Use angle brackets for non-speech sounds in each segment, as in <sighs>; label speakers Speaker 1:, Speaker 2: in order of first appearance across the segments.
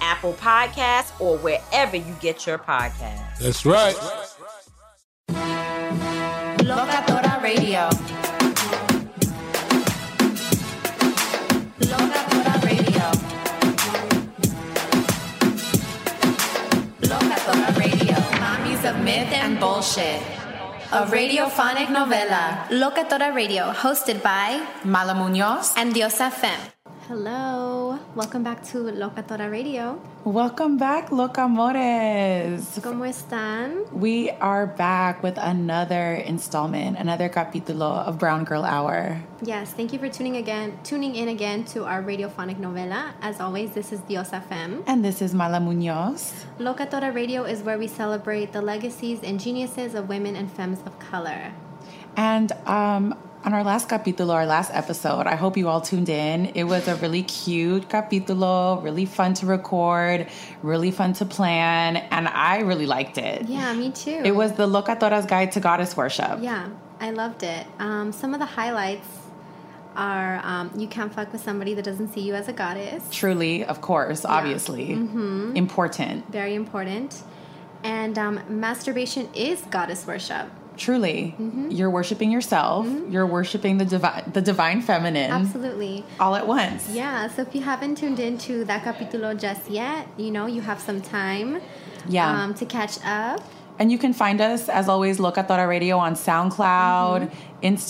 Speaker 1: Apple Podcasts, or wherever you get your podcasts.
Speaker 2: That's right.
Speaker 3: Locatora Radio. Locatora Radio. Locatora Radio. Mommies of Myth and Bullshit. A radiophonic novela. Locatora Radio, hosted by Mala Munoz and Diosa Fem. Hello. Welcome back to Locatora Radio.
Speaker 4: Welcome back, Locamores.
Speaker 3: ¿Cómo están?
Speaker 4: We are back with another installment, another capítulo of Brown Girl Hour.
Speaker 3: Yes, thank you for tuning again, tuning in again to our radiophonic novela. As always, this is Diosa Fem.
Speaker 4: And this is Mala Munoz.
Speaker 3: Locatora Radio is where we celebrate the legacies and geniuses of women and femmes of color.
Speaker 4: And um, on our last capítulo, our last episode, I hope you all tuned in. It was a really cute capítulo, really fun to record, really fun to plan, and I really liked it.
Speaker 3: Yeah, me too.
Speaker 4: It was the Locatora's Guide to Goddess Worship.
Speaker 3: Yeah, I loved it. Um, some of the highlights are um, you can't fuck with somebody that doesn't see you as a goddess.
Speaker 4: Truly, of course, obviously. Important.
Speaker 3: Very important. And um, masturbation is goddess worship.
Speaker 4: Truly.
Speaker 3: Mm-hmm.
Speaker 4: You're worshiping yourself, you're worshiping the divine the divine feminine
Speaker 3: Absolutely.
Speaker 4: all at once.
Speaker 3: Yeah, so if you haven't tuned into that capítulo just yet, you know, you have some time
Speaker 4: Yeah.
Speaker 3: um, to catch up.
Speaker 4: And you can find us, as always, Locatora Radio on SoundCloud,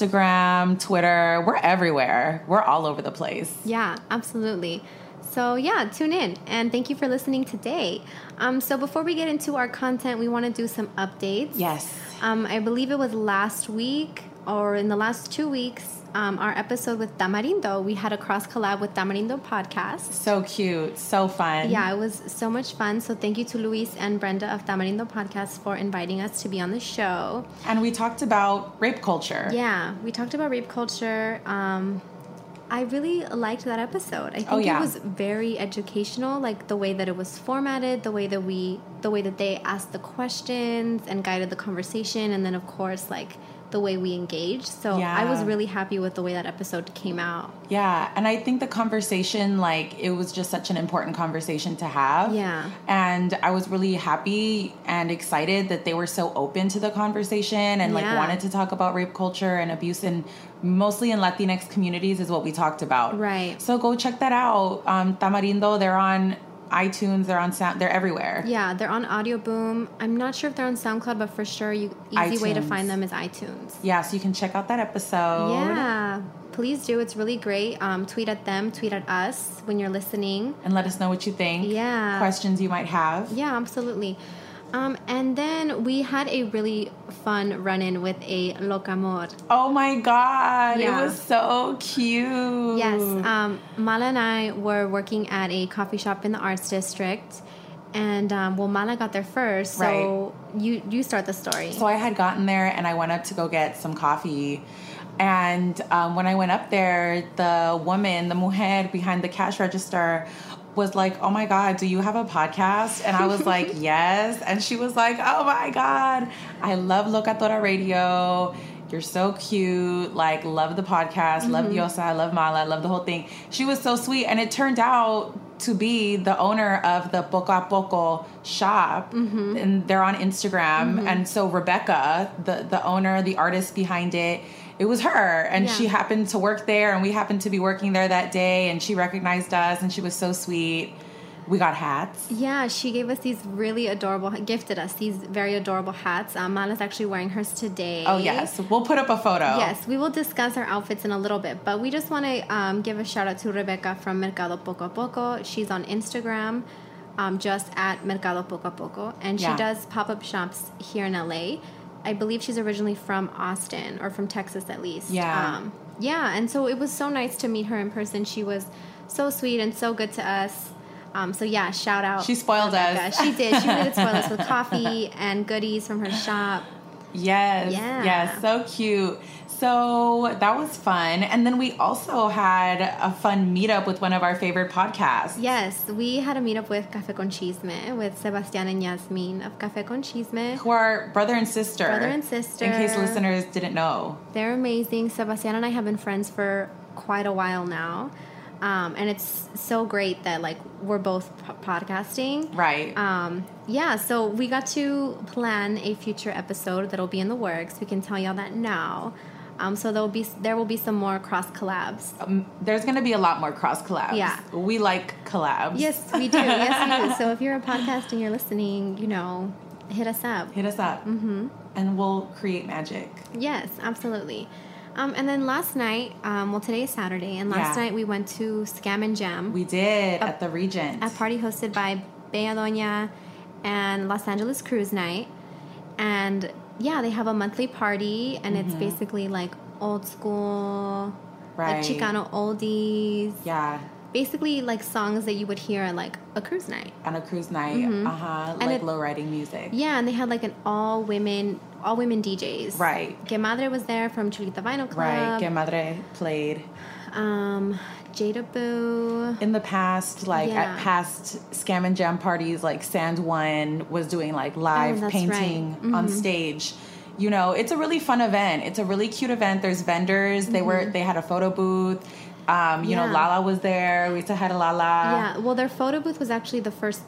Speaker 4: Instagram, Twitter. We're everywhere. We're all over the place.
Speaker 3: Yeah, absolutely. So, yeah, tune in and thank you for listening today. Um, so, before we get into our content, we want to do some updates.
Speaker 4: Yes.
Speaker 3: Um, I believe it was last week or in the last two weeks, um, our episode with Tamarindo, we had a cross collab with Tamarindo podcast.
Speaker 4: So cute. So fun.
Speaker 3: Yeah, it was so much fun. So, thank you to Luis and Brenda of Tamarindo Podcast for inviting us to be on the show.
Speaker 4: And we talked about rape culture.
Speaker 3: Yeah, we talked about rape culture. Um,
Speaker 5: I really liked that episode. I think
Speaker 4: Oh, yeah.
Speaker 5: it was very educational, like the way that it was formatted, the way that we, the way that they asked the questions and guided the conversation, and then of course like the way we engaged. So I was
Speaker 4: Yeah.
Speaker 5: really happy with the way that episode came out.
Speaker 4: Yeah, and I think the conversation, like, it was just such an important conversation to have.
Speaker 5: Yeah.
Speaker 4: And I was really happy and excited that they were so open to the conversation and, like,
Speaker 5: Yeah.
Speaker 4: wanted to talk about rape culture and abuse in mostly in Latinx communities, is what we talked about.
Speaker 5: Right.
Speaker 4: So go check that out. Um, Tamarindo, they're on iTunes, they're on Sound, they're everywhere.
Speaker 5: Yeah, they're on Audio Boom. I'm not sure if they're on SoundCloud, but for sure, you easy way to
Speaker 4: iTunes.
Speaker 5: find them is iTunes.
Speaker 4: Yeah, so you can check out that episode.
Speaker 5: Yeah, please do. It's really great. Um, tweet at them, tweet at us when you're listening.
Speaker 4: And let us know what you think.
Speaker 5: Yeah.
Speaker 4: Questions you might have.
Speaker 5: Yeah, absolutely. Um, and then we had a really fun run in with a locamor.
Speaker 4: Oh my God.
Speaker 5: Yeah.
Speaker 4: It was so cute.
Speaker 5: Yes, um, Mala and I were working at a coffee shop in the Arts District. And um, well, Mala got there first, so you you start the
Speaker 4: <laughs>
Speaker 5: story.
Speaker 4: So I had gotten there and I went up to go get some coffee. And um, when I went up there, the woman, the mujer behind the cash register, was like, Oh my God, do you have a podcast? And I was like, Yes. And she was like, Oh my God, I love Locatora Radio. You're so cute. Like, love the podcast. Love
Speaker 5: Mm-hmm.
Speaker 4: Diosa. I love Mala. I love the whole thing. She was so sweet. And it turned out to be the owner of the Poco a Poco shop,
Speaker 5: Mm-hmm.
Speaker 4: and they're on Instagram. And so Rebecca, the the owner, the artist behind it, it was her, and
Speaker 5: Yeah.
Speaker 4: she happened to work there, and we happened to be working there that day, and she recognized us, and she was so sweet. We got hats.
Speaker 5: Yeah, she gave us these really adorable, gifted us these very adorable hats. Um, Mala's actually wearing hers today.
Speaker 4: Oh yes, we'll put up a photo.
Speaker 5: Yes, we will discuss our outfits in a little bit, but we just want to um, give a shout out to Rebecca from Mercado Poco a Poco. She's on Instagram, um, just at Mercado Poco a Poco, and she
Speaker 4: Yeah.
Speaker 5: does pop up shops here in LA. I believe she's originally from Austin or from Texas at least.
Speaker 4: Yeah.
Speaker 5: Um, yeah, and so it was so nice to meet her in person. She was so sweet and so good to us. Um, so yeah, shout out.
Speaker 4: She spoiled us.
Speaker 5: She did. She really did spoil us with coffee and goodies from her shop.
Speaker 4: Yes.
Speaker 5: Yeah.
Speaker 4: Yes. So cute. So that was fun. And then we also had a fun meetup with one of our favorite podcasts.
Speaker 5: Yes, we had a meetup with Café con Chisme with Sebastián and Yasmin of Café con Chisme.
Speaker 4: who are brother and sister.
Speaker 5: Brother and sister.
Speaker 4: In case listeners didn't know.
Speaker 5: They're amazing. Sebastián and I have been friends for quite a while now. Um, and it's so great that like we're both po- podcasting.
Speaker 4: Right.
Speaker 5: Um, yeah, so we got to plan a future episode that'll be in the works. We can tell y'all that now. Um, so there'll be there will be some more cross collabs.
Speaker 4: Um, There's going to be a lot more cross collabs. Um,
Speaker 5: Yeah.
Speaker 4: We like collabs.
Speaker 5: Yes, we
Speaker 4: <laughs>
Speaker 5: do. yes, we do. So if you're a podcast and you're listening, you know, hit us up.
Speaker 4: Hit us up. Mm-hmm. And we'll create magic.
Speaker 5: Yes, absolutely. Um, and then last night, um, well, today is Saturday, and last
Speaker 4: Yeah.
Speaker 5: night we went to Scam and Jam,
Speaker 4: We did at the Regent.
Speaker 5: a party hosted by Bella Doña and Los Angeles Cruise Night. And yeah, they have a monthly party, and it's
Speaker 4: Mm-hmm.
Speaker 5: basically like old school,
Speaker 4: Right.
Speaker 5: like Chicano oldies,
Speaker 4: yeah.
Speaker 5: basically like songs that you would hear at like a cruise night. Mm-hmm.
Speaker 4: On a cruise night. Uh huh.
Speaker 5: And
Speaker 4: Like
Speaker 5: it-
Speaker 4: low riding music.
Speaker 5: Yeah, and they had like an all women, all women DJs.
Speaker 4: Right.
Speaker 5: Que Madre was there from Chulita Vinyl Club.
Speaker 4: Right. Que Madre played.
Speaker 5: Um, Jada Boo.
Speaker 4: In the past, like at
Speaker 5: Yeah.
Speaker 4: past scam and jam parties, like Sand One was doing like live
Speaker 5: Oh, that's right. Mm-hmm.
Speaker 4: painting on stage. You know, it's a really fun event. It's a really cute event. There's vendors. They were they had a photo booth. Um, you know,
Speaker 5: Mm-hmm. Yeah.
Speaker 4: Lala was there. We still had a Lala.
Speaker 5: yeah, well, their photo booth was actually the first.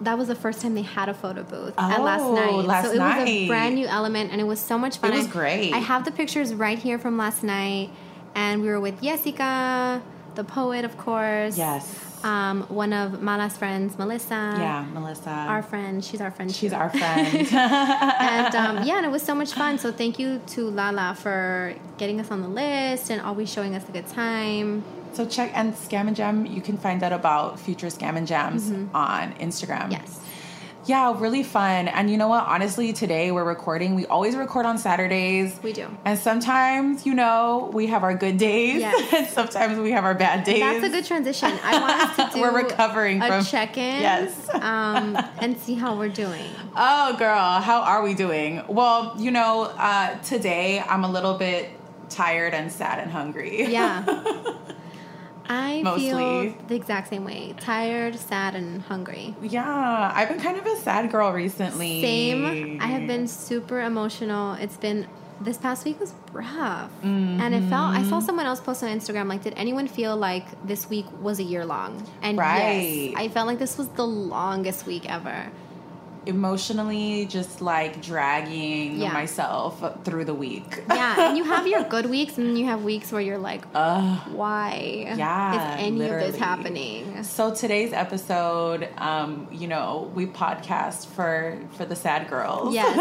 Speaker 5: That was the first time they had a photo booth at last
Speaker 4: Oh,
Speaker 5: night.
Speaker 4: last
Speaker 5: so it was
Speaker 4: night.
Speaker 5: a brand new element, and it was so much fun.
Speaker 4: It was
Speaker 5: I-
Speaker 4: great.
Speaker 5: I have the pictures right here from last night, and we were with Jessica, the poet, of course.
Speaker 4: Yes.
Speaker 5: Um, one of Mala's friends, Melissa.
Speaker 4: yeah, Melissa.
Speaker 5: Our friend. She's our friend.
Speaker 4: She's
Speaker 5: too.
Speaker 4: our friend.
Speaker 5: <laughs>
Speaker 4: <laughs>
Speaker 5: and um, yeah, and it was so much fun. So thank you to Lala for getting us on the list and always showing us a good time.
Speaker 4: so check and Scam and Jam. You can find out about future Scam and Jams on Instagram.
Speaker 5: Mm-hmm. Yes.
Speaker 4: Yeah, really fun. And you know what? Honestly, today we're recording. We always record on Saturdays.
Speaker 5: We do.
Speaker 4: And sometimes, you know, we have our good days. <laughs>
Speaker 5: Yes.
Speaker 4: and sometimes we have our bad days.
Speaker 5: That's a good transition. I want us to do
Speaker 4: <laughs> We're recovering
Speaker 5: a
Speaker 4: from-
Speaker 5: check-in,
Speaker 4: Yes. <laughs>
Speaker 5: um, and see how we're doing.
Speaker 4: Oh, girl, how are we doing? Well, you know, <laughs> uh, today I'm a little bit tired and sad and hungry.
Speaker 5: Yeah, I
Speaker 4: mostly.
Speaker 5: feel the exact same way. Tired, sad, and hungry.
Speaker 4: Yeah, I've been kind of a sad girl recently.
Speaker 5: Same. I have been super emotional. It's been this past week was rough, and it felt. I
Speaker 4: Mm-hmm.
Speaker 5: saw someone else post on Instagram like, did anyone feel like this week was a year long? And
Speaker 4: Right.
Speaker 5: yes, I felt like this was the longest week ever.
Speaker 4: emotionally just like dragging
Speaker 5: Yeah.
Speaker 4: myself through the week.
Speaker 5: Yeah, and you have your good weeks, and then you have weeks where you're like, why
Speaker 4: Yeah,
Speaker 5: is any of
Speaker 4: literally.
Speaker 5: this happening?
Speaker 4: So today's episode, um, you know, we podcast for for the sad girls.
Speaker 5: Yes.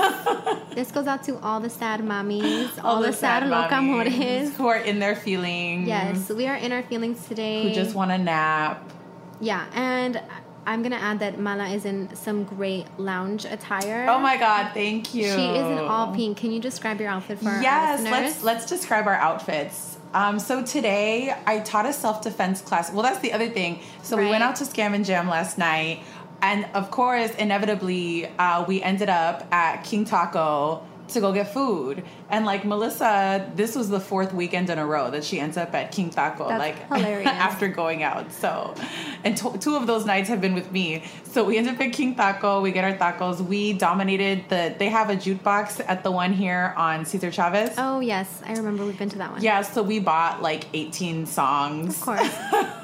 Speaker 5: this goes out to all the sad mommies, all, the, sad, loca
Speaker 4: mommies
Speaker 5: amores.
Speaker 4: who are in their feelings.
Speaker 5: Yes, we are in our feelings today.
Speaker 4: who just want a nap.
Speaker 5: Yeah, and I'm gonna add that Mala is in some great lounge attire.
Speaker 4: Oh my god, thank you.
Speaker 5: She is in all pink. Can you describe your outfit for our
Speaker 4: Oh. yes
Speaker 5: listeners?
Speaker 4: let's let's describe our outfits um, so today i taught a self-defense class well that's the other thing so we
Speaker 5: Right.
Speaker 4: went out to scam and jam last night and of course inevitably uh, we ended up at king taco to go get food and like melissa this was the fourth weekend in a row that she ends up at king taco
Speaker 5: That's
Speaker 4: like <laughs>
Speaker 5: hilarious.
Speaker 4: after going out so and to- two of those nights have been with me so we end up at king taco we get our tacos we dominated the they have a jukebox at the one here on cesar chavez
Speaker 5: Oh yes, I remember we've been to that one.
Speaker 4: yeah, so we bought like 18 songs.
Speaker 5: Of course.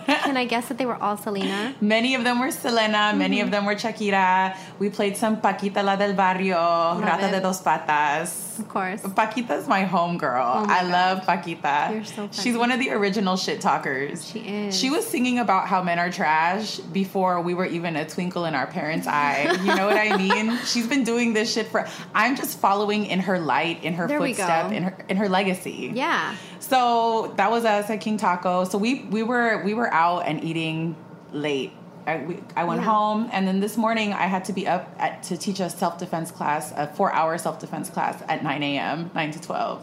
Speaker 5: Can I guess that they were all Selena?
Speaker 4: Many of them were Selena, many of them were Shakira. We played some Paquita La del Barrio, Rata
Speaker 5: it.
Speaker 4: de Dos Patas.
Speaker 5: Of course.
Speaker 4: Paquita's my home girl.
Speaker 5: Oh my
Speaker 4: I love Paquita.
Speaker 5: You're so funny.
Speaker 4: She's one of the original shit talkers.
Speaker 5: She is.
Speaker 4: She was singing about how men are trash before we were even a twinkle in our parents' eye. You know what
Speaker 5: <laughs>
Speaker 4: I mean? She's been doing this shit for I'm just following in her light, in her
Speaker 5: There we go.
Speaker 4: footstep, in her in her legacy.
Speaker 5: Yeah.
Speaker 4: So that was us at King Taco. So we we were we were out and eating late. I, we, I went
Speaker 5: Yeah.
Speaker 4: home, and then this morning I had to be up at, to teach a self defense class, a four hour self defense class at nine a.m. nine to twelve.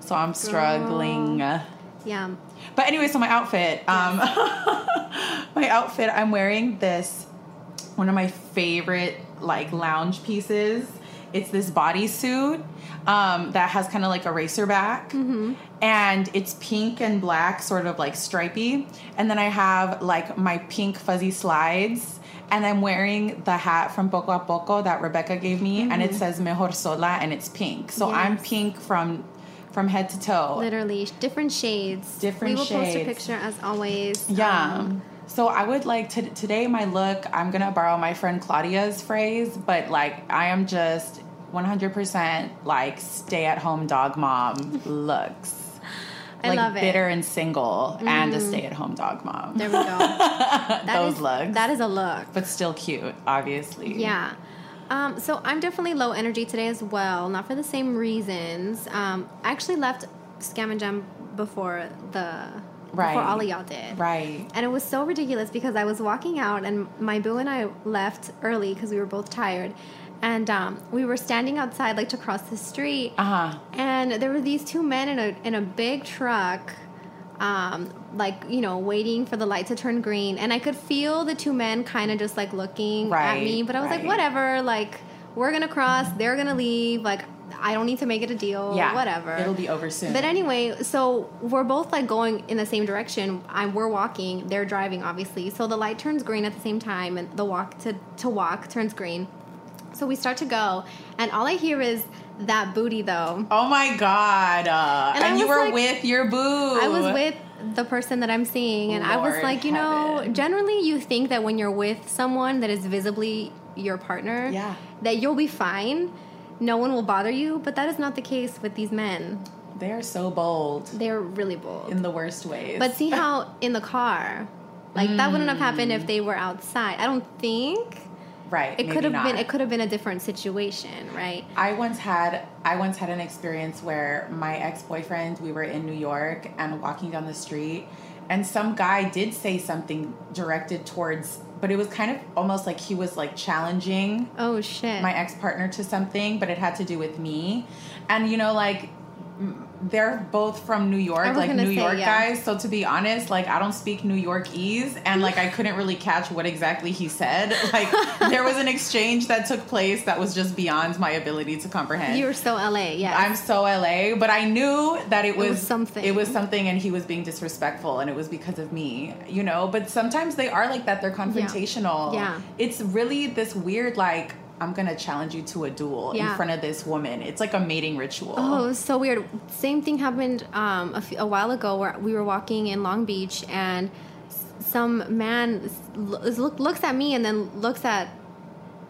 Speaker 4: So I'm struggling.
Speaker 5: Yeah.
Speaker 4: But anyway, so my outfit. Um, <laughs> my outfit. I'm wearing this one of my favorite like lounge pieces. It's this bodysuit um, that has kind of like a racer back,
Speaker 5: Mm-hmm.
Speaker 4: and it's pink and black, sort of like stripy. And then I have like my pink fuzzy slides. And I'm wearing the hat from Poco a Poco that Rebecca gave me, and it says Mejor Sola, and it's pink. So I'm
Speaker 5: Mm-hmm. Yes.
Speaker 4: pink from from head to toe.
Speaker 5: Literally different shades.
Speaker 4: Different
Speaker 5: We will post a
Speaker 4: shades.
Speaker 5: picture as always.
Speaker 4: Yeah.
Speaker 5: Um,
Speaker 4: so I would like to today my look, I'm going to borrow my friend Claudia's phrase, but like I am just 100% like stay at home dog mom looks.
Speaker 5: I
Speaker 4: like
Speaker 5: love it. Mm.
Speaker 4: bitter and single and a stay at home dog mom.
Speaker 5: there we go.
Speaker 4: <laughs>
Speaker 5: That
Speaker 4: Those
Speaker 5: is-
Speaker 4: looks.
Speaker 5: That is a look.
Speaker 4: but still cute, obviously.
Speaker 5: Yeah. Um, so I'm definitely low energy today as well, not for the same reasons. Um, I actually left Scam and Jam before the
Speaker 4: Right.
Speaker 5: before all of y'all did.
Speaker 4: Right.
Speaker 5: And it was so ridiculous because I was walking out and my boo and I left early because we were both tired. And um, we were standing outside, like to cross the street.
Speaker 4: Uh-huh.
Speaker 5: And there were these two men in a, in a big truck, um, like, you know, waiting for the light to turn green. And I could feel the two men kind of just like looking at
Speaker 4: Right,
Speaker 5: me. But I was like,
Speaker 4: right.
Speaker 5: whatever. Like, we're going to cross. They're going to leave. Like, I don't need to make it a deal.
Speaker 4: Yeah.
Speaker 5: Whatever.
Speaker 4: It'll be over soon.
Speaker 5: But anyway, so we're both like going in the same direction. I, we're walking, they're driving, obviously. So the light turns green at the same time, and the walk to, to walk turns green. So we start to go, and all I hear is that booty though.
Speaker 4: Oh my god. Uh,
Speaker 5: And
Speaker 4: and
Speaker 5: I
Speaker 4: you
Speaker 5: was
Speaker 4: were
Speaker 5: like-
Speaker 4: with your boo.
Speaker 5: I was with the person that I'm seeing, and I was
Speaker 4: Lord
Speaker 5: like, you know,
Speaker 4: heaven.
Speaker 5: generally you think that when you're with someone that is visibly your partner,
Speaker 4: Yeah.
Speaker 5: that you'll be fine. No one will bother you, but that is not the case with these men.
Speaker 4: They are so bold
Speaker 5: They're really bold.
Speaker 4: in the worst ways.
Speaker 5: But see how in the car, like that wouldn't have happened
Speaker 4: Hmm.
Speaker 5: if they were outside. I don't think
Speaker 4: right. <laughs>
Speaker 5: it
Speaker 4: maybe
Speaker 5: could have been.
Speaker 4: not.
Speaker 5: It could have been a different situation, right?
Speaker 4: I once had I once had an experience where my ex-boyfriend we were in New York and walking down the street and some guy did say something directed towards but it was kind of almost like he was like challenging
Speaker 5: Oh shit!
Speaker 4: my ex-partner to something but it had to do with me and you know like m- they're both from New York,
Speaker 5: was
Speaker 4: like
Speaker 5: gonna
Speaker 4: New
Speaker 5: say,
Speaker 4: York
Speaker 5: yeah.
Speaker 4: guys. So to be honest, like I don't speak New Yorkese, and like I couldn't really catch what exactly he said. <laughs> Like there was an exchange that took place that was just beyond my ability to comprehend.
Speaker 5: You were so LA, yeah.
Speaker 4: I'm so LA, but I knew that it was,
Speaker 5: was something.
Speaker 4: It was something, and he was being disrespectful, and it was because of me, you know. But sometimes they are like that; they're confrontational.
Speaker 5: Yeah.
Speaker 4: it's really this weird, like I'm gonna challenge you to a duel in
Speaker 5: Yeah.
Speaker 4: front of this woman. It's like a mating ritual.
Speaker 5: Oh, it was so weird. Same thing happened um, a, few, a while ago where we were walking in Long Beach and s- some man s- lo- is- look, looks at me and then looks at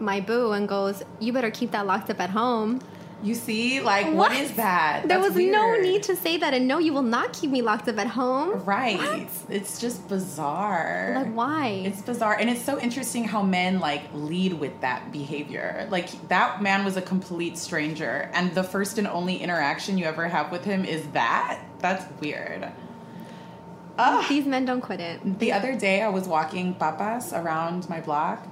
Speaker 5: my boo and goes, "You better keep that locked up at home."
Speaker 4: You see, like what is that?
Speaker 5: There
Speaker 4: That's
Speaker 5: was no
Speaker 4: weird.
Speaker 5: need to say that, and no, you will not keep me locked up at home.
Speaker 4: Right. It's just bizarre.
Speaker 5: Like why?
Speaker 4: It's bizarre, and it's so interesting how men like lead with that behavior. Like that man was a complete stranger, and the first and only interaction you ever have with him is that. That's weird. Ugh.
Speaker 5: These men don't quit it.
Speaker 4: The other day, I was walking papas around my block,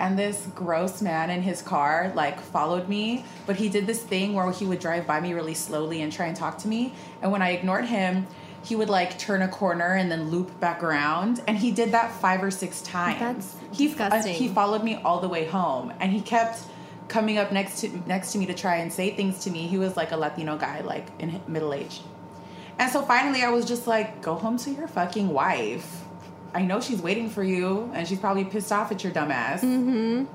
Speaker 4: and this gross man in his car like followed me. But he did this thing where he would drive by me really slowly and try and talk to me. And when I ignored him, he would like turn a corner and then loop back around. And he did that five or six times.
Speaker 5: That's
Speaker 4: he, uh,
Speaker 5: disgusting.
Speaker 4: he followed me all the way home, and he kept coming up next to next to me to try and say things to me. He was like a Latino guy, like in hi- middle age. And so finally, I was just like, go home to your fucking wife. I know she's waiting for you, and she's probably pissed off at your dumbass. Mm-hmm.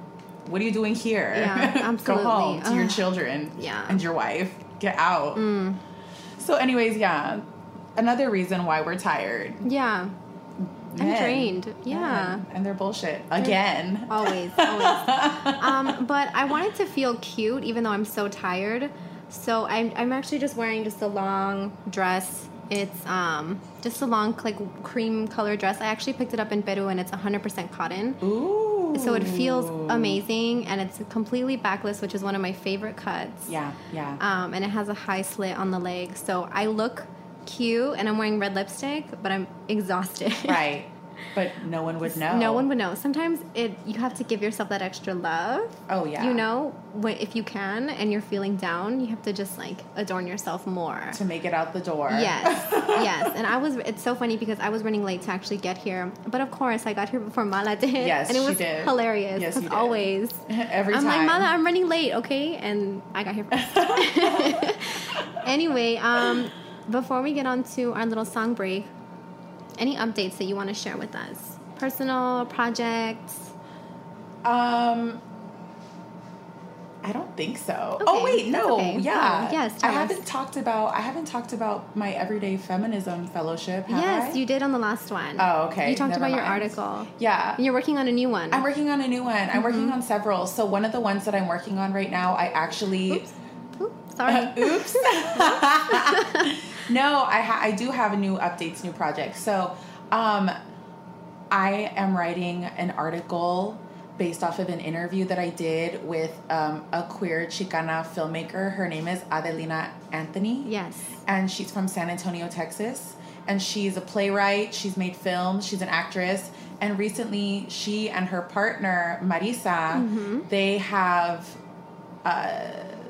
Speaker 4: What are you doing here?
Speaker 5: Yeah, absolutely.
Speaker 4: <laughs> go home to your
Speaker 5: Ugh.
Speaker 4: children
Speaker 5: Yeah.
Speaker 4: and your wife. Get out. So, anyways, yeah. Another reason why we're tired.
Speaker 5: Yeah, I'm
Speaker 4: Men.
Speaker 5: drained. yeah.
Speaker 4: Men. And they're bullshit. Again. <laughs>
Speaker 5: Always, always. um, but I wanted to feel cute, even though I'm so tired. So I'm, I'm actually just wearing just a long dress. It's um, just a long, like cream color dress. I actually picked it up in Peru, and it's 100% cotton.
Speaker 4: Ooh.
Speaker 5: So it feels amazing, and it's completely backless, which is one of my favorite cuts.
Speaker 4: Yeah, yeah.
Speaker 5: Um, and it has a high slit on the leg, so I look cute, and I'm wearing red lipstick, but I'm exhausted.
Speaker 4: right. But no one would know.
Speaker 5: No one would know. Sometimes it you have to give yourself that extra love.
Speaker 4: Oh, yeah.
Speaker 5: You know, when, if you can and
Speaker 4: <laughs>
Speaker 5: you're feeling down, you have to just like adorn yourself more.
Speaker 4: To make it out the door.
Speaker 5: Yes, yes. And I was. It's so funny because I was running late to actually get here, but of course I got here before Mala did.
Speaker 4: Yes,
Speaker 5: and it
Speaker 4: she
Speaker 5: was
Speaker 4: did.
Speaker 5: hilarious.
Speaker 4: Yes,
Speaker 5: as
Speaker 4: you did.
Speaker 5: always.
Speaker 4: <laughs> Every
Speaker 5: I'm
Speaker 4: time.
Speaker 5: like Mala, I'm running late, okay? And I got here first. <laughs> anyway, um, before we get on to our little song break, any updates that you want to share with us? Personal projects.
Speaker 4: Um, I don't think so.
Speaker 5: Okay,
Speaker 4: oh wait,
Speaker 5: that's
Speaker 4: no,
Speaker 5: okay.
Speaker 4: yeah,
Speaker 5: Oh, yes,
Speaker 4: I
Speaker 5: tell us.
Speaker 4: haven't talked about I haven't talked about my everyday feminism fellowship. Have
Speaker 5: yes,
Speaker 4: I?
Speaker 5: you did on the last one.
Speaker 4: Oh, okay.
Speaker 5: You talked
Speaker 4: Never
Speaker 5: about your
Speaker 4: mind.
Speaker 5: article.
Speaker 4: Yeah,
Speaker 5: And you're working on a new one. Mm-hmm.
Speaker 4: I'm working on a new one. I'm working on several. So one of the ones that I'm working on right now, I actually.
Speaker 5: Oops, sorry.
Speaker 4: <laughs> Oops. no, I ha- I do have new updates, new projects. So, um, I am writing an article based off of an interview that I did with um, a queer Chicana filmmaker. Her name is Adelina Anthony
Speaker 5: yes.
Speaker 4: and she's from San Antonio, Texas. And she's a playwright, she's made films, she's an actress. And recently, she and her partner, Marisa,
Speaker 5: Mm-hmm.
Speaker 4: they have, uh,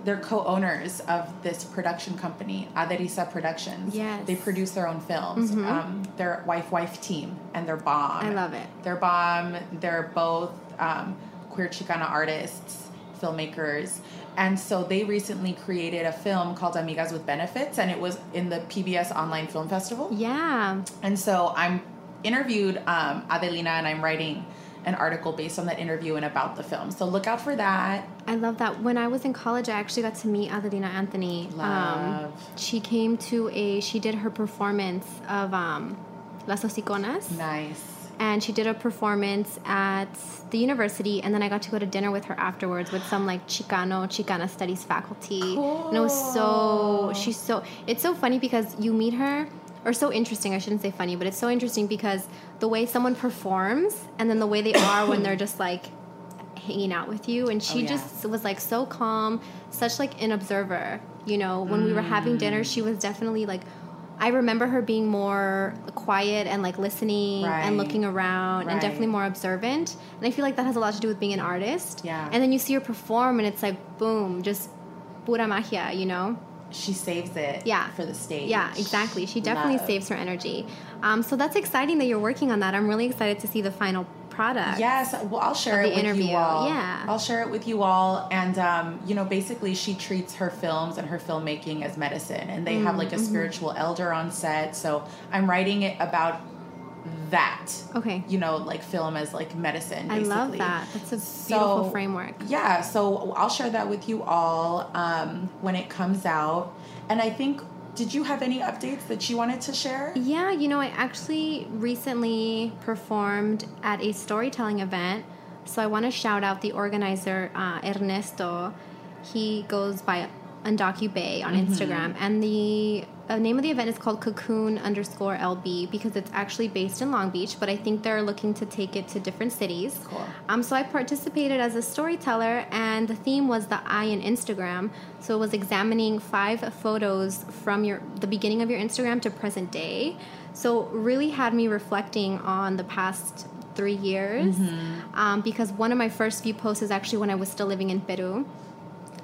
Speaker 4: they're co owners of this production company, Aderisa Productions.
Speaker 5: Yes. Mm-hmm.
Speaker 4: They produce their own films. Um, their wife wife team, and they're bomb.
Speaker 5: I love it.
Speaker 4: They're bomb. They're both um, queer Chicana artists, filmmakers. And so they recently created a film called Amigas with Benefits, and it was in the PBS Online Film Festival.
Speaker 5: Yeah.
Speaker 4: And so I'm interviewed um, Adelina, and I'm writing an article based on that interview and about the film. So look out for that.
Speaker 5: I love that. When I was in college, I actually got to meet Adelina Anthony. Um,
Speaker 4: Love.
Speaker 5: she came to a, she did her performance of um, Las Hociconas.
Speaker 4: Nice.
Speaker 5: And she did a performance at the university, and then I got to go to dinner with her afterwards with some like Chicano, Chicana Studies faculty. And it was so, she's so, it's so funny because you meet her, or so interesting, I shouldn't say funny, but it's so interesting because the way someone performs and then the way they are when they're just like hanging out with you. And she
Speaker 4: yeah.
Speaker 5: just was like so calm, such like an observer. You know, when we were having dinner, she was definitely like, I remember her being more quiet and like listening and
Speaker 4: Right.
Speaker 5: looking around and
Speaker 4: Right.
Speaker 5: definitely more observant. And I feel like that has a lot to do with being an artist.
Speaker 4: Yeah.
Speaker 5: And then you see her perform and it's like, boom, just pura magia, you know?
Speaker 4: she saves it
Speaker 1: Yeah.
Speaker 4: for the stage.
Speaker 1: Yeah, exactly. She definitely
Speaker 4: Love.
Speaker 1: saves her energy. Um, so that's exciting that you're working on that. I'm really excited to see the final product.
Speaker 4: Yes, well, I'll share
Speaker 1: Of
Speaker 4: it
Speaker 1: the
Speaker 4: with
Speaker 1: interview,
Speaker 4: you all.
Speaker 1: yeah.
Speaker 4: I'll share it with you all. And, um, you know, basically, she treats her films and her filmmaking as medicine. And they have
Speaker 1: Mm-hmm.
Speaker 4: like a spiritual elder on set. So I'm writing it about that.
Speaker 1: Okay.
Speaker 4: You know, like film as like medicine.
Speaker 1: I love
Speaker 4: basically.
Speaker 1: that. That's a beautiful
Speaker 4: So,
Speaker 1: framework.
Speaker 4: Yeah, so I'll share that with you all um, when it comes out. And I think, did you have any updates that you wanted to share?
Speaker 1: Yeah, you know, I actually recently performed at a storytelling event. So I want to shout out the organizer, uh, Ernesto. He goes by UndocuBay
Speaker 4: Mm-hmm.
Speaker 1: on Instagram. And the uh, name of the event is called Cocoon underscore LB because it's actually based in Long Beach, but I think they're looking to take it to different cities.
Speaker 4: Cool.
Speaker 1: Um, so I participated as a storyteller, and the theme was the I in Instagram. So it was examining five photos from your the beginning of your Instagram to present day. So really had me reflecting on the past three years, um, because one of my first few posts is actually when I was still living in Peru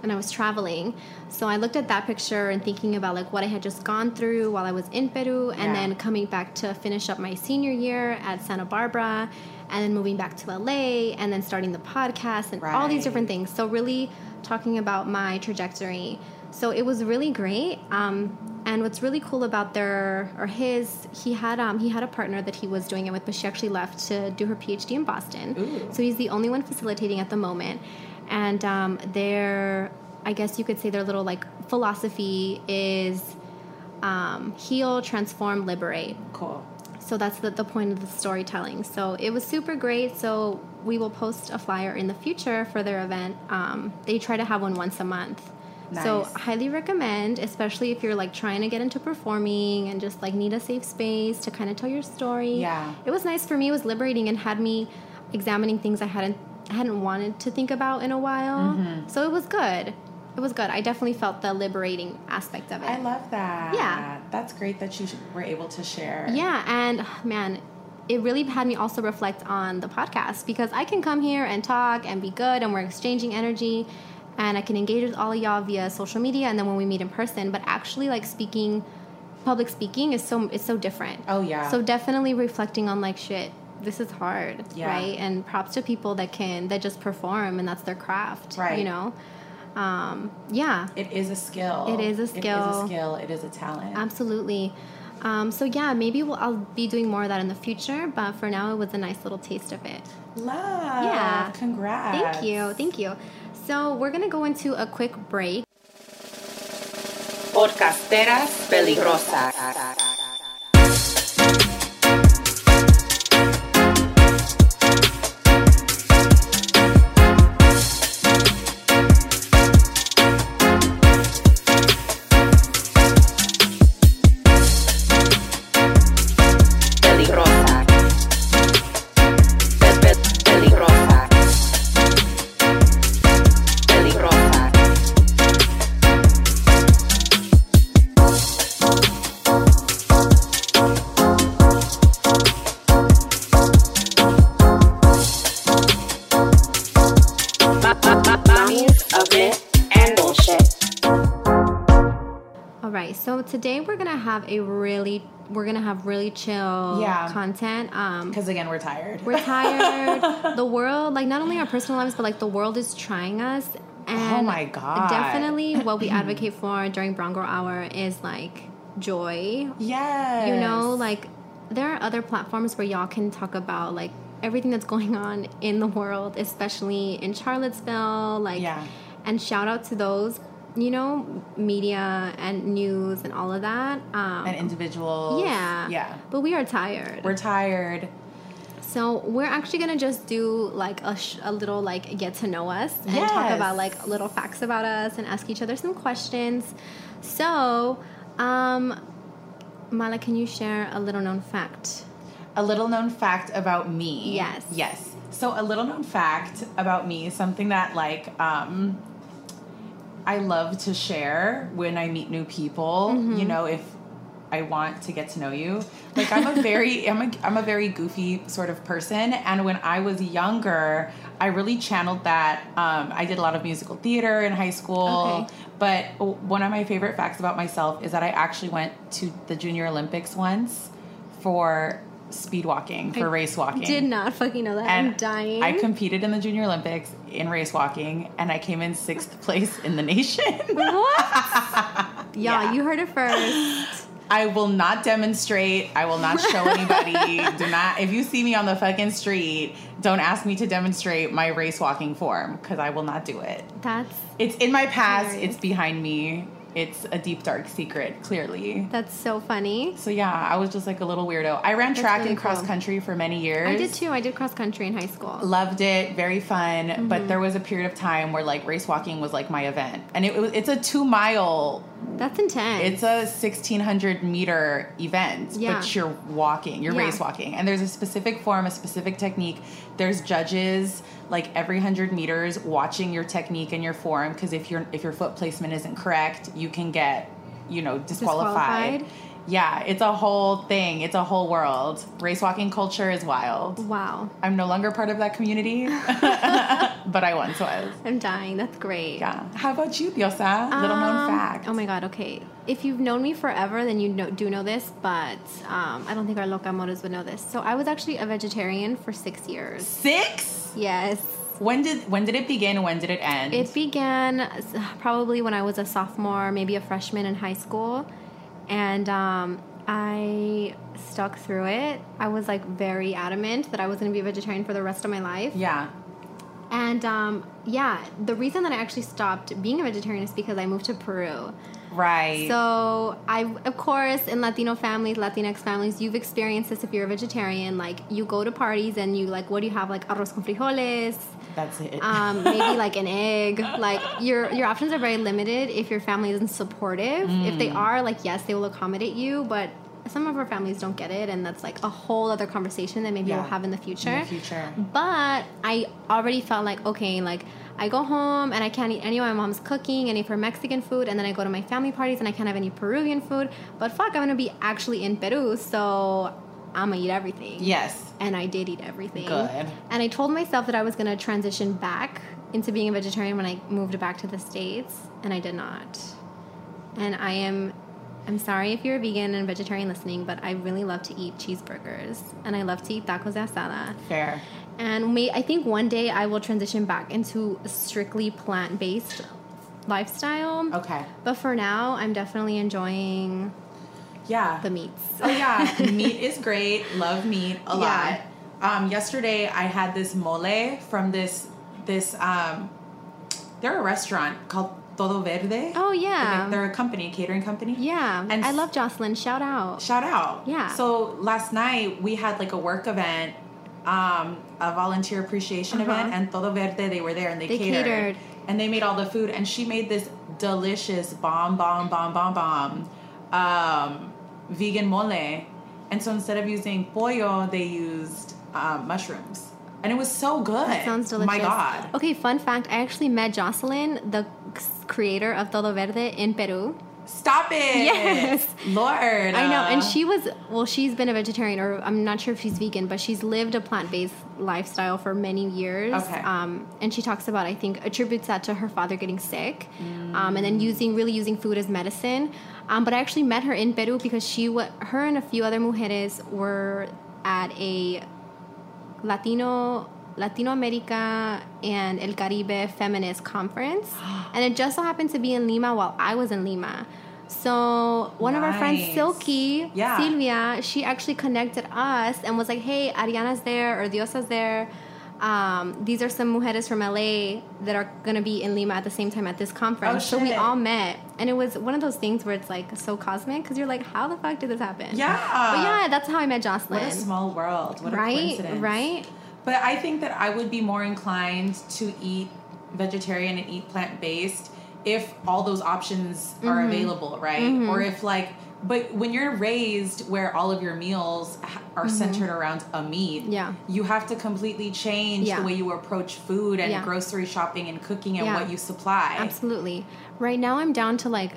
Speaker 1: and I was traveling. So I looked at that picture and thinking about like what I had just gone through while I was in Peru and
Speaker 4: Yeah.
Speaker 1: then coming back to finish up my senior year at Santa Barbara and then moving back to LA and then starting the podcast and all these different things. So really talking about my trajectory. So it was really great. Um, and what's really cool about their or his, he had um, he had a partner that he was doing it with, but she actually left to do her PhD in Boston. So he's the only one facilitating at the moment and um, their i guess you could say their little like philosophy is um, heal transform liberate
Speaker 4: Cool.
Speaker 1: so that's the, the point of the storytelling so it was super great so we will post a flyer in the future for their event um, they try to have one once a month so
Speaker 4: Nice.
Speaker 1: highly recommend especially if you're like trying to get into performing and just like need a safe space to kind of tell your story
Speaker 4: Yeah.
Speaker 1: it was nice for me it was liberating and had me examining things i hadn't hadn't wanted to think about in a while so it was good it was good i definitely felt the liberating aspect of it
Speaker 4: I love that.
Speaker 1: Yeah.
Speaker 4: That's great that you sh- were able to share.
Speaker 1: yeah, and man, it really had me also reflect on the podcast because I can come here and talk and be good, and we're exchanging energy, and I can engage with all of y'all via social media, and then when we meet in person. But actually, like speaking, public speaking is so it's so different.
Speaker 4: Oh, yeah.
Speaker 1: So definitely reflecting on like shit. This is hard,
Speaker 4: Yeah.
Speaker 1: right? And props to people that can that just perform and that's their craft,
Speaker 4: Right.
Speaker 1: You know, um, yeah.
Speaker 4: It is a skill.
Speaker 1: It is a
Speaker 4: It is
Speaker 1: skill.
Speaker 4: a skill. It is a talent.
Speaker 1: Absolutely. Um, so yeah, maybe we'll, I'll be doing more of that in the future, but for now it was a nice little taste of it.
Speaker 4: Love.
Speaker 1: Yeah.
Speaker 4: Congrats.
Speaker 1: Thank you, thank you. So we're gonna go into a quick break.
Speaker 6: Podcasteras peligrosas. Peligrosa. Pe- pe- Peligrosa. Peligrosa. Mummies of myth and bullshit.
Speaker 1: All right, so today we're gonna have a really, we're gonna have really chill
Speaker 4: Yeah.
Speaker 1: content. Um,
Speaker 4: Because again, we're tired. <laughs> Oh
Speaker 1: we're tired. the world, like not only our personal lives, but like the world is trying us. And
Speaker 4: my God. <clears throat>
Speaker 1: Definitely, what we advocate for during Bronco Hour is like joy,
Speaker 4: yes.
Speaker 1: you know like there are other platforms where y'all can talk about like everything that's <laughs> going on in the world especially in charlottesville like
Speaker 4: Yeah.
Speaker 1: and shout out to those you know media and news and all of that um
Speaker 4: and individuals.
Speaker 1: yeah
Speaker 4: Yeah.
Speaker 1: but we are tired
Speaker 4: We're tired.
Speaker 1: so we're actually gonna just do like a, sh- a little like get to know us and talk
Speaker 4: Yes.
Speaker 1: about like little facts about us and ask each other some questions. So, um, Mala, can you share a little known fact?
Speaker 4: A little known fact about me.
Speaker 1: Yes.
Speaker 4: Yes. So a little known fact about me, something that like um I love to share when I meet new people. You know, if
Speaker 3: I want to get to know you. Like I'm a very I'm a I'm a very goofy sort of person, and when I was younger, I really channeled that. Um, I did a lot of musical theater in high school,
Speaker 1: Okay.
Speaker 3: but w- one of my favorite facts about myself is that I actually went to the Junior Olympics once for speed walking for race walking.
Speaker 1: Did not fucking know that. I'm
Speaker 3: And
Speaker 1: dying.
Speaker 3: I competed in the Junior Olympics in race walking, and I came in sixth place in the nation. <laughs>
Speaker 1: Y'all, you heard it first.
Speaker 3: I will not demonstrate. I will not show anybody. Do not. If you see me on the fucking street, don't ask me to demonstrate my race walking form because I will not do it.
Speaker 1: That's
Speaker 3: It's in my past.
Speaker 1: Hilarious.
Speaker 3: It's behind me. It's a deep dark secret, clearly.
Speaker 1: that's so funny.
Speaker 3: So yeah, I was just like a little weirdo. I ran track
Speaker 1: really
Speaker 3: and cross
Speaker 1: cool.
Speaker 3: country for many years.
Speaker 1: I did too. I did cross country in high school.
Speaker 3: Loved it, very fun.
Speaker 1: Mm-hmm.
Speaker 3: But there was a period of time where like race walking was like my event, and it, was it's a two mile
Speaker 1: That's intense.
Speaker 3: it's a 1600 meter event
Speaker 1: Yeah.
Speaker 3: but you're walking you're
Speaker 1: Yeah.
Speaker 3: race walking and there's a specific form a specific technique there's judges like every 100 meters watching your technique and your form because if your if your foot placement isn't correct you can get you know disqualified,
Speaker 1: Disqualified?
Speaker 3: yeah it's a whole thing it's a whole world race walking culture is wild
Speaker 1: wow.
Speaker 3: i'm no longer part of that community <laughs> but i once was
Speaker 1: I'm dying. That's great.
Speaker 3: yeah how about you diosa little known
Speaker 1: Um,
Speaker 3: fact
Speaker 1: Oh my god, okay. If you've known me forever, then you know, do know this, but um, I don't think our locamoros would know this. So I was actually a vegetarian for six years.
Speaker 3: six
Speaker 1: Yes.
Speaker 3: When did when did it begin? When did it end?
Speaker 1: It began s- probably when I was a sophomore, maybe a freshman in high school. And um, I stuck through it. I was like very adamant that I was going to be a vegetarian for the rest of my life.
Speaker 3: yeah.
Speaker 1: And um, yeah, the reason that I actually stopped being a vegetarian is because I moved to Peru.
Speaker 3: Right.
Speaker 1: So I, of course, in Latino families, Latinx families, you've experienced this if you're a vegetarian. Like you go to parties and you like, what do you have? Like arroz con frijoles,
Speaker 3: that's it.
Speaker 1: um, maybe like an egg. Like your your options are very limited if your family isn't supportive. If
Speaker 3: Mm.
Speaker 1: they are, like yes, they will accommodate you, but. Some of our families don't get it, and that's like a whole other conversation that maybe
Speaker 3: Yeah.
Speaker 1: we'll have in the future.
Speaker 3: In the future.
Speaker 1: But I already felt like, okay, like I go home and I can't eat any of my mom's cooking, any of her Mexican food, and then I go to my family parties and I can't have any Peruvian food. But fuck, I'm gonna be actually in Peru, so I'm gonna eat everything.
Speaker 3: yes.
Speaker 1: And I did eat everything.
Speaker 3: Good.
Speaker 1: And I told myself that I was gonna transition back into being a vegetarian when I moved back to the States, and I did not. And I am. I'm sorry if you're a vegan and vegetarian listening, but I really love to eat cheeseburgers and I love to eat tacos de asada.
Speaker 3: Fair.
Speaker 1: And may, I think one day I will transition back into a strictly plant based lifestyle.
Speaker 3: Okay.
Speaker 1: But for now, I'm definitely enjoying
Speaker 3: Yeah.
Speaker 1: the meats.
Speaker 3: Oh yeah, meat is great. Love meat a
Speaker 1: Yeah.
Speaker 3: lot. Um, yesterday I had this mole from this this um, they're a restaurant called Todo Verde.
Speaker 1: Oh, yeah.
Speaker 3: Like, they're a company, catering company.
Speaker 1: Yeah.
Speaker 3: And
Speaker 1: I
Speaker 3: s-
Speaker 1: love Jocelyn. Shout out.
Speaker 3: Shout out.
Speaker 1: Yeah.
Speaker 3: So last night we had like a work event, um, a volunteer appreciation event, and Todo Verde, they were there and they,
Speaker 1: Uh-huh. They
Speaker 3: catered.
Speaker 1: catered.
Speaker 3: And they made all the food, and she made this delicious bomb, bomb, bomb, bomb, bomb um, vegan mole. And so instead of using pollo, they used um, mushrooms. And it was so good.
Speaker 1: That sounds delicious.
Speaker 3: My God.
Speaker 1: Okay, fun fact I actually met Jocelyn, the c- creator of Todo Verde, in Peru.
Speaker 3: Stop it.
Speaker 1: Yes.
Speaker 3: Lord.
Speaker 1: I know, and she was well. She's been a vegetarian, or I'm not sure if she's vegan, but she's lived a plant-based lifestyle for many years.
Speaker 3: Okay.
Speaker 1: Um, and she talks about, I think, attributes that to her father getting sick, um, and then using really using food as medicine. Um, but I actually met her in Peru because she, wa- her and a few other mujeres were at a Latino Latino America Uh, and El Caribe Feminist Conference, and it just so happened to be in Lima while I was in Lima. So one of our friends,
Speaker 3: Nice.
Speaker 1: Silky
Speaker 3: Yeah.
Speaker 1: Silvia, she actually connected us and was like, "Hey, Ariana's there or Diosa's there." Um, these are some mujeres from LA that are gonna be in Lima at the same time at this conference. so we
Speaker 3: shit.
Speaker 1: all met, and it was one of those things where it's like so cosmic because you're like, how the fuck did this happen?
Speaker 3: Yeah.
Speaker 1: but yeah, that's how I met
Speaker 3: What
Speaker 1: Jocelyn.
Speaker 3: a small world. What a
Speaker 1: right,
Speaker 3: coincidence.
Speaker 1: right.
Speaker 3: But I think that I would be more inclined to eat vegetarian and eat plant based if all those options are
Speaker 1: Mm-hmm.
Speaker 3: available, right? Or if like, but when you're raised where all of your meals ha- are centered around a meat,
Speaker 1: Mm-hmm. Yeah.
Speaker 3: you have to completely change
Speaker 1: Yeah.
Speaker 3: the way you approach food and
Speaker 1: Yeah.
Speaker 3: grocery shopping and cooking and
Speaker 1: Yeah.
Speaker 3: what you supply.
Speaker 1: Absolutely. Right now, I'm down to like,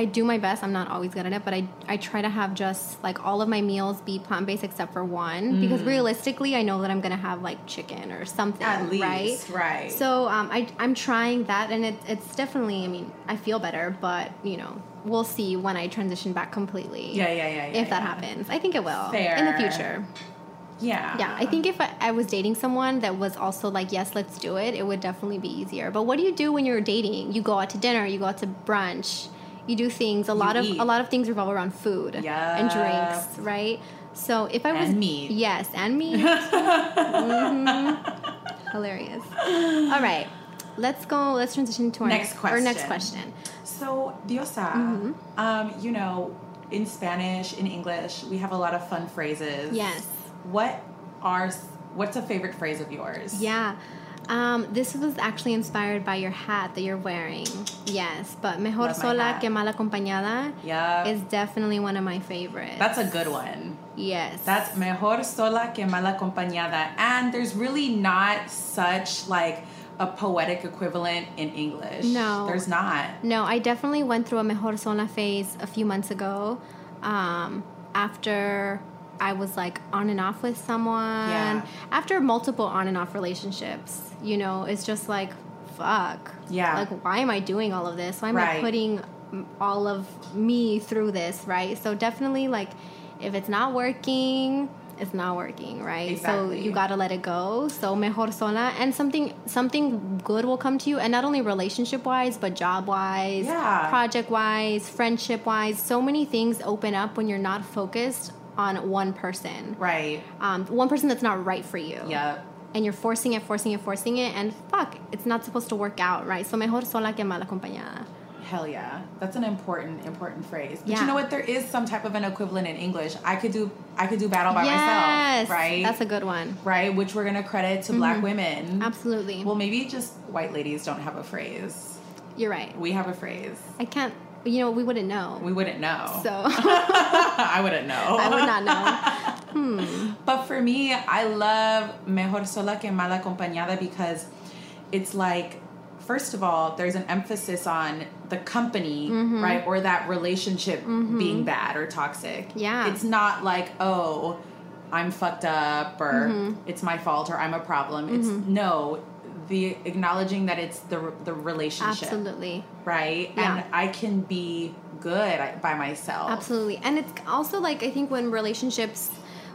Speaker 1: I
Speaker 5: I do my best. I'm not always good at it, but I, I try to have just like all of my meals be plant based except for one because realistically, I know that I'm gonna have like chicken or something,
Speaker 4: At least,
Speaker 5: right?
Speaker 4: right.
Speaker 5: So um, I I'm trying that, and it, it's definitely. I mean, I feel better, but you know, we'll see when I transition back completely.
Speaker 4: Yeah, yeah, yeah, yeah,
Speaker 5: if that
Speaker 4: yeah.
Speaker 5: happens, I think it will
Speaker 4: Fair.
Speaker 5: in the future.
Speaker 4: Yeah.
Speaker 5: Yeah, I think if I, I was dating someone that was also like, yes, let's do it, it would definitely be easier. But what do you do when you're dating? You go out to dinner, you go out to brunch, you do things. A lot of
Speaker 4: eat.
Speaker 5: a lot of things revolve around food and drinks,
Speaker 4: Yes.
Speaker 5: right? So if I was
Speaker 4: And meat.
Speaker 5: yes, and meat, Mhm. hilarious. All right, let's go. Let's transition to our
Speaker 4: Next
Speaker 5: Or
Speaker 4: question.
Speaker 5: next question. Mm-hmm.
Speaker 4: So, Diosa, um, you know, in Spanish, in English, we have a lot of fun phrases.
Speaker 5: Yes.
Speaker 4: What are s- what's a favorite phrase of yours?
Speaker 5: Yeah. Um, this was actually inspired by your hat that you're wearing. Yes, but mejor
Speaker 4: Love my
Speaker 5: sola
Speaker 4: hat.
Speaker 5: que mal acompañada
Speaker 4: Yeah.
Speaker 5: is definitely one of my favorites.
Speaker 4: That's a good one.
Speaker 5: yes.
Speaker 4: That's mejor sola que mal acompañada. And there's really not such like a poetic equivalent in English.
Speaker 5: No.
Speaker 4: There's not.
Speaker 5: no. I definitely went through a mejor sola phase a few months ago. Um, after I was like on and off with someone.
Speaker 1: uh,
Speaker 4: Yeah.
Speaker 5: After multiple on and off relationships, you know, it's just like fuck.
Speaker 4: Yeah.
Speaker 5: Like why am I doing all of this? Why am I
Speaker 4: Right.
Speaker 5: putting mm, all of me through this, right? So definitely like if it's not working, it's not working, right? So
Speaker 4: Exactly.
Speaker 5: you gotta let it go. So mejor sola and something something good will come to you and not only relationship wise, but job wise,
Speaker 4: Yeah.
Speaker 5: project wise, friendship wise. So many things open up when you're not focused on one person.
Speaker 4: Right.
Speaker 5: Um, one person that's not right for you
Speaker 4: Yep.
Speaker 5: and you're forcing it, forcing it, forcing it, and fuck, it's not supposed to work out, right? So mejor sola que mal acompañada.
Speaker 4: Hell yeah. That's an important, important phrase. But
Speaker 5: Yeah.
Speaker 4: you know what? There is some type of an equivalent in English. I could do I could do battle by
Speaker 5: yes,
Speaker 4: myself. Right.
Speaker 5: That's a good one. Mm-hmm.
Speaker 4: right, which we're gonna credit to black women.
Speaker 5: Absolutely.
Speaker 4: Well, maybe just white ladies don't have a phrase.
Speaker 5: You're right.
Speaker 4: We have a phrase.
Speaker 5: I can't. You know, we wouldn't know.
Speaker 4: We wouldn't know.
Speaker 5: so
Speaker 4: I wouldn't know.
Speaker 5: I would not know.
Speaker 4: But for me, I love mejor sola que mal acompañada because it's like, first of all, there's an emphasis on the company,
Speaker 5: Mm-hmm.
Speaker 4: right, or that relationship being bad or toxic.
Speaker 5: Yeah.
Speaker 4: it's not like oh, I'm fucked up or
Speaker 5: Mm-hmm.
Speaker 4: it's my fault or I'm a problem. It's no, the acknowledging that it's the the relationship,
Speaker 5: Absolutely.
Speaker 4: right,
Speaker 5: Yeah.
Speaker 4: and I can be good by myself.
Speaker 5: Absolutely. And it's also like I think when relationships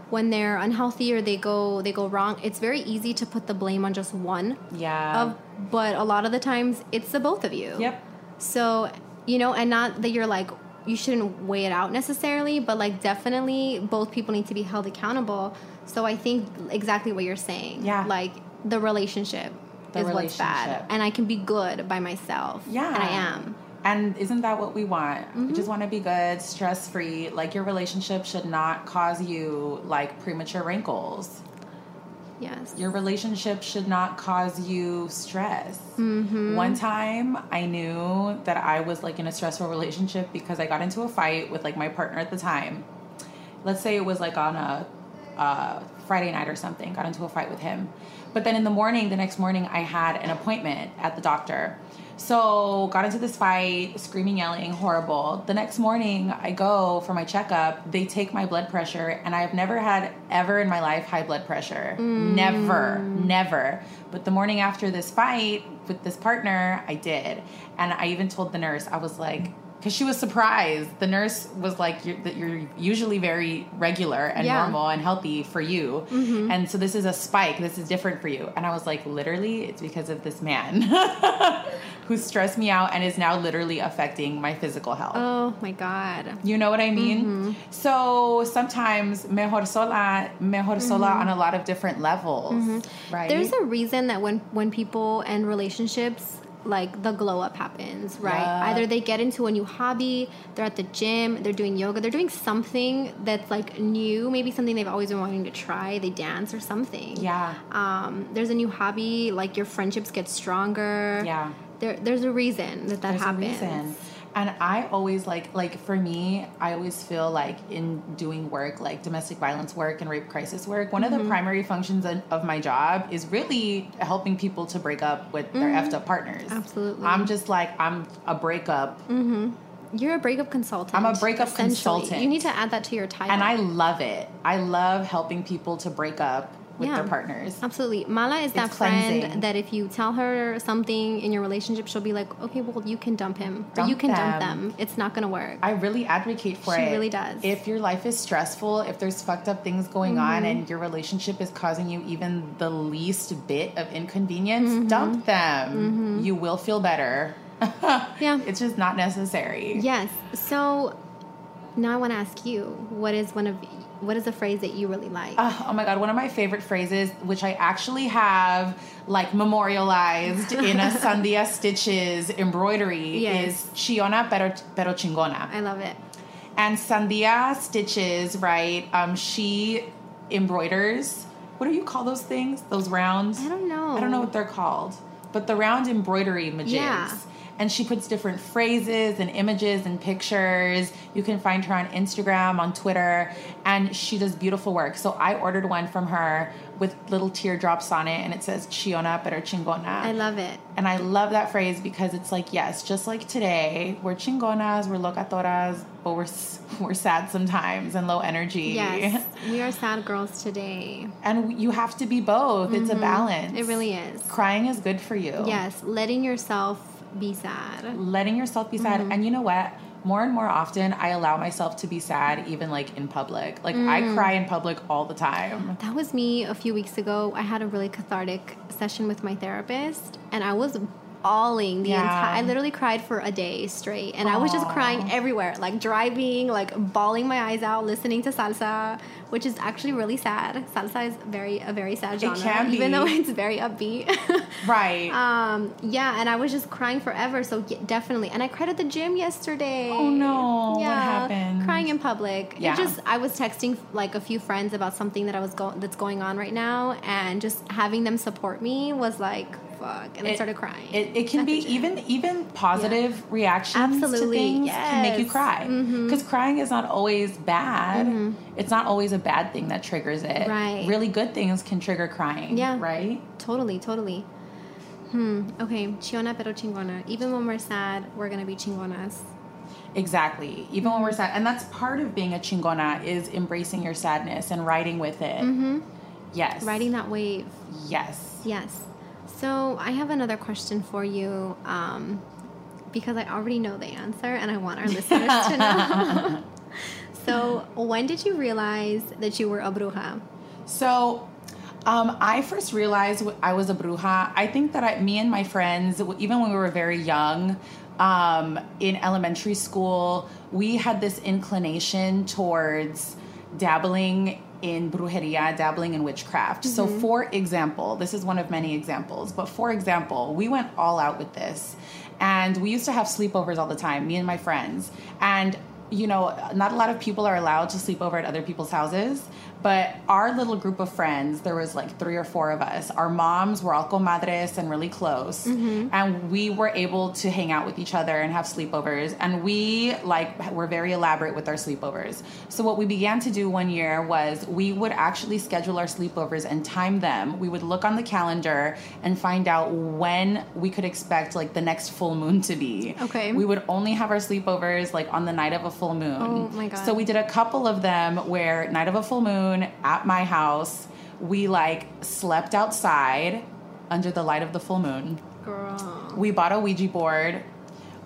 Speaker 5: when they're unhealthy or they go they go wrong, it's very easy to put the blame on just one.
Speaker 4: Yeah.
Speaker 5: Of, but a lot of the times it's the both of you.
Speaker 4: Yep.
Speaker 5: So, you know, and not that you're like, you shouldn't weigh it out necessarily, but like definitely both people need to be held accountable. So I think exactly what you're saying.
Speaker 4: Yeah.
Speaker 5: Like the relationship
Speaker 4: The
Speaker 5: is what's bad.
Speaker 4: relationship.
Speaker 5: And I can be good by myself.
Speaker 4: Yeah.
Speaker 5: And I am.
Speaker 4: And isn't that what we want? We just want to be good, stress free. Like your relationship should not cause you like premature wrinkles.
Speaker 5: Yes.
Speaker 4: Your relationship should not cause you stress. Mm-hmm. One time I knew that I was like in a stressful relationship because I got into a fight with like my partner at the time. Let's say it was like on a uh, Friday night or something, got into a fight with him. But then in the morning, the next morning, I had an appointment at the doctor. So got into this fight, screaming, yelling, horrible. The next morning, I go for my checkup. They take my blood pressure, and I've never had ever in my life high blood pressure. Never, never. But the morning after this fight with this partner, I did, and I even told the nurse, I was like. Because she was surprised. The nurse was like, you're, that you're usually very regular and
Speaker 5: Yeah. Mm-hmm.
Speaker 4: normal and healthy for you. And so this is a spike. This is different for you. And I was like, literally, it's because of this man who stressed me out and is now literally affecting my physical health.
Speaker 5: oh my God. Mm-hmm.
Speaker 4: You know what I mean? So sometimes mejor sola, mejor sola on a lot of different levels, right?
Speaker 5: There's a reason that when when people and relationships like the glow up happens, right?
Speaker 4: Yeah.
Speaker 5: Either they get into a new hobby, they're at the gym, they're doing yoga, they're doing something that's like new, maybe something they've always been wanting to try, they dance or something.
Speaker 4: yeah,
Speaker 5: Um, there's a new hobby, like your friendships get stronger.
Speaker 4: Yeah.
Speaker 5: There, there's a reason that that
Speaker 4: there's
Speaker 5: happens.
Speaker 4: a reason. And I always like like for me, I always feel like in doing work like domestic violence work and rape crisis work, one
Speaker 5: Mm-hmm.
Speaker 4: of the primary functions of of my job is really helping people
Speaker 5: Mm-hmm.
Speaker 4: to break up with their effed up partners.
Speaker 5: Absolutely.
Speaker 4: I'm just like I'm a breakup
Speaker 5: Mm-hmm. You're a breakup consultant.
Speaker 4: I'm a breakup
Speaker 5: essentially.
Speaker 4: consultant.
Speaker 5: You need to add that to your title.
Speaker 4: And I love it. I love helping people to break up with
Speaker 5: Yeah.
Speaker 4: their partners.
Speaker 5: Absolutely. Mala is that
Speaker 4: cleansing.
Speaker 5: friend that if you tell her something in your relationship, she'll be like, okay, well, you can dump him. or
Speaker 4: Dump
Speaker 5: you can dump
Speaker 4: them.
Speaker 5: them. It's not going to work.
Speaker 4: I really advocate for
Speaker 5: She
Speaker 4: it.
Speaker 5: really does.
Speaker 4: If your life is stressful, if there's fucked up things going on and your relationship is causing you even the least bit of inconvenience, dump them. You will feel better.
Speaker 5: Mm-hmm.
Speaker 4: <laughs>
Speaker 5: yeah.
Speaker 4: It's just not necessary.
Speaker 5: Yes. So now I want to ask you, what is one of, what is a phrase that you really like?
Speaker 4: Ah, oh my god, one of my favorite phrases, which I actually have like memorialized in a Sandia Stitches embroidery,
Speaker 5: Yes.
Speaker 4: is Chiona pero, pero chingona.
Speaker 5: I love it.
Speaker 4: and Sandia Stitches, right? Um, she embroiders. What do you call those things? Those rounds?
Speaker 5: I don't know.
Speaker 4: I don't know what they're called, but the round embroidery images.
Speaker 5: Yeah.
Speaker 4: And she puts different phrases and images and pictures. You can find her on Instagram, on Twitter, and she does beautiful work. So I ordered one from her with little teardrops on it, and it says Chiona pero chingona.
Speaker 5: I love it.
Speaker 4: And I love that phrase because it's like, yes, just like today, we're chingonas, we're locatoras, but we're s- <laughs> we're sad sometimes and low energy.
Speaker 5: Yes. we are sad girls today.
Speaker 4: And you have to be both. It's a balance.
Speaker 5: Mm-hmm. It really is.
Speaker 4: Crying is good for you.
Speaker 5: Yes. Letting yourself be sad. Mm-hmm.
Speaker 4: Letting yourself be sad. And you know what? More and more often, I allow myself to be sad, even like in public. Like I cry in public all the time.
Speaker 5: That was me Mm. a few weeks ago. I had a really cathartic session with my therapist, and I was bawling the
Speaker 4: Yeah.
Speaker 5: entire. I literally cried for a day straight, and I was just crying everywhere, like driving, like bawling my eyes out, listening to salsa, which is actually really sad. Salsa is very a very sad genre,
Speaker 4: can
Speaker 5: even
Speaker 4: be.
Speaker 5: though it's very upbeat. <laughs>
Speaker 4: Right.
Speaker 5: um, yeah, and I was just crying forever. So ye- definitely, and I cried at the gym yesterday.
Speaker 4: Oh, no. What happened?
Speaker 5: Crying in public.
Speaker 4: Yeah.
Speaker 5: It just I was texting like a few friends about something that I was go- that's going on right now, and just having them support me was like fuck, and I
Speaker 4: It-
Speaker 5: started crying.
Speaker 4: It, it can
Speaker 5: at the
Speaker 4: be
Speaker 5: gym.
Speaker 4: even even positive reactions
Speaker 5: Absolutely,
Speaker 4: to things can make you
Speaker 5: yes. Mm-hmm.
Speaker 4: cry because crying is not always bad. It's not always a bad thing that triggers it.
Speaker 5: Right.
Speaker 4: Really good things can trigger crying.
Speaker 5: Yeah.
Speaker 4: Right.
Speaker 5: totally, totally. Hmm. Okay, chingona pero chingona. Even when we're sad, we're gonna be chingonas.
Speaker 4: Exactly. Even when we're sad, and that's part of being a chingona is embracing your sadness and riding with it. Mm-hmm. Yes.
Speaker 5: Riding that wave.
Speaker 4: Yes.
Speaker 5: Yes. So I have another question for you um, because I already know the answer and I want our listeners
Speaker 4: <laughs>
Speaker 5: to know. so, when did you realize that you were a bruja?
Speaker 4: So, um, I first realized wh- I was a bruja. I think that I, me and my friends, w- even when we were very young, um, in elementary school, we had this inclination towards dabbling in brujeria, dabbling in witchcraft. So, for example, this is one of many examples, but for example, we went all out with this. And we used to have sleepovers all the time, me and my friends. And you know, not a lot of people are allowed to sleep over at other people's houses, but our little group of friends, there was like three or four of us. Our moms were all comadres and really close,
Speaker 5: Mm-hmm.
Speaker 4: and we were able to hang out with each other and have sleepovers. And we like were very elaborate with our sleepovers. So what we began to do one year was we would actually schedule our sleepovers and time them. We would look on the calendar and find out when we could expect like the next full moon to be.
Speaker 5: Okay.
Speaker 4: We would only have our sleepovers like on the night of a full moon.
Speaker 5: Oh, my God.
Speaker 4: So we did a couple of them where night of a full moon at my house, we like slept outside under the light of the full moon.
Speaker 5: Girl.
Speaker 4: We bought a Ouija board.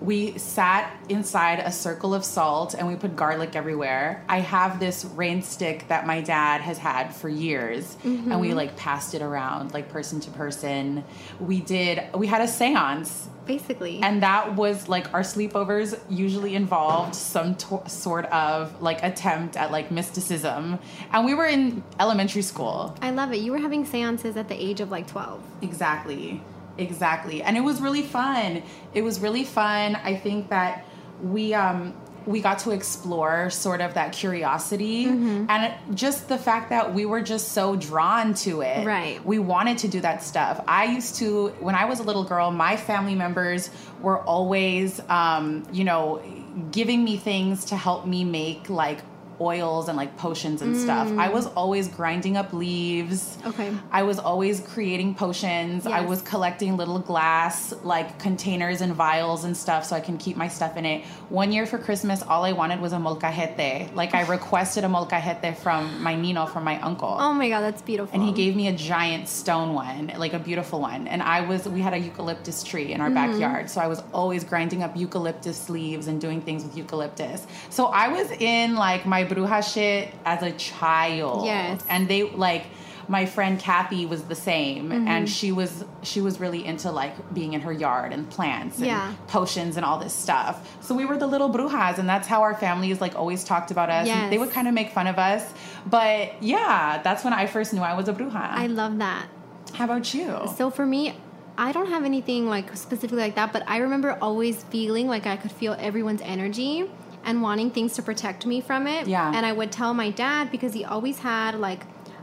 Speaker 4: We sat inside a circle of salt and we put garlic everywhere. I have this rain stick that my dad has had for years and
Speaker 5: Mm-hmm.
Speaker 4: we like passed it around like person to person. We did we had a séance
Speaker 5: Basically.
Speaker 4: and that was like our sleepovers usually involved some to- sort of like attempt at like mysticism. And we were in elementary school.
Speaker 5: I love it. You were having seances at the age of like 12.
Speaker 4: Exactly. Exactly. And it was really fun. It was really fun. I think that we um we got to explore sort of that curiosity and it- just the fact that we were just so drawn to it.
Speaker 5: Right.
Speaker 4: We wanted to do that stuff. I used to when I was a little girl, my family members were always um, you know, giving me things to help me make like
Speaker 1: oils and like potions and stuff. I was always grinding up leaves.
Speaker 4: Mm. Okay.
Speaker 1: I was always creating potions. I
Speaker 4: Yes.
Speaker 1: was collecting little glass like containers and vials and stuff so I can keep my stuff in it. One year for Christmas, all I wanted was a molcajete. Like
Speaker 4: <laughs>
Speaker 1: I requested a molcajete from my nino, from my uncle.
Speaker 4: Oh my god, that's beautiful.
Speaker 1: And he gave me a giant stone one, like a beautiful one. And I was, we had a eucalyptus tree in our backyard. So I was always grinding up eucalyptus leaves and doing things with eucalyptus. So I was in like my bruja shit as a child.
Speaker 4: Yes.
Speaker 1: And they, like, my friend Kathy was the same,
Speaker 4: Mm-hmm.
Speaker 1: and she was she was really into like being in her yard and plants and
Speaker 4: Yeah.
Speaker 1: potions and all this stuff. So we were the little brujas, and that's how our families like always talked about us.
Speaker 4: Yes.
Speaker 1: They would kind of make fun of us, but yeah, that's when I first knew I was a bruja.
Speaker 4: I love that.
Speaker 1: how about you?
Speaker 4: So for me, I don't have anything like specifically like that, but I remember always feeling like I could feel everyone's energy and wanting things to protect me from it.
Speaker 1: Yeah.
Speaker 4: And I would tell my dad because he always had like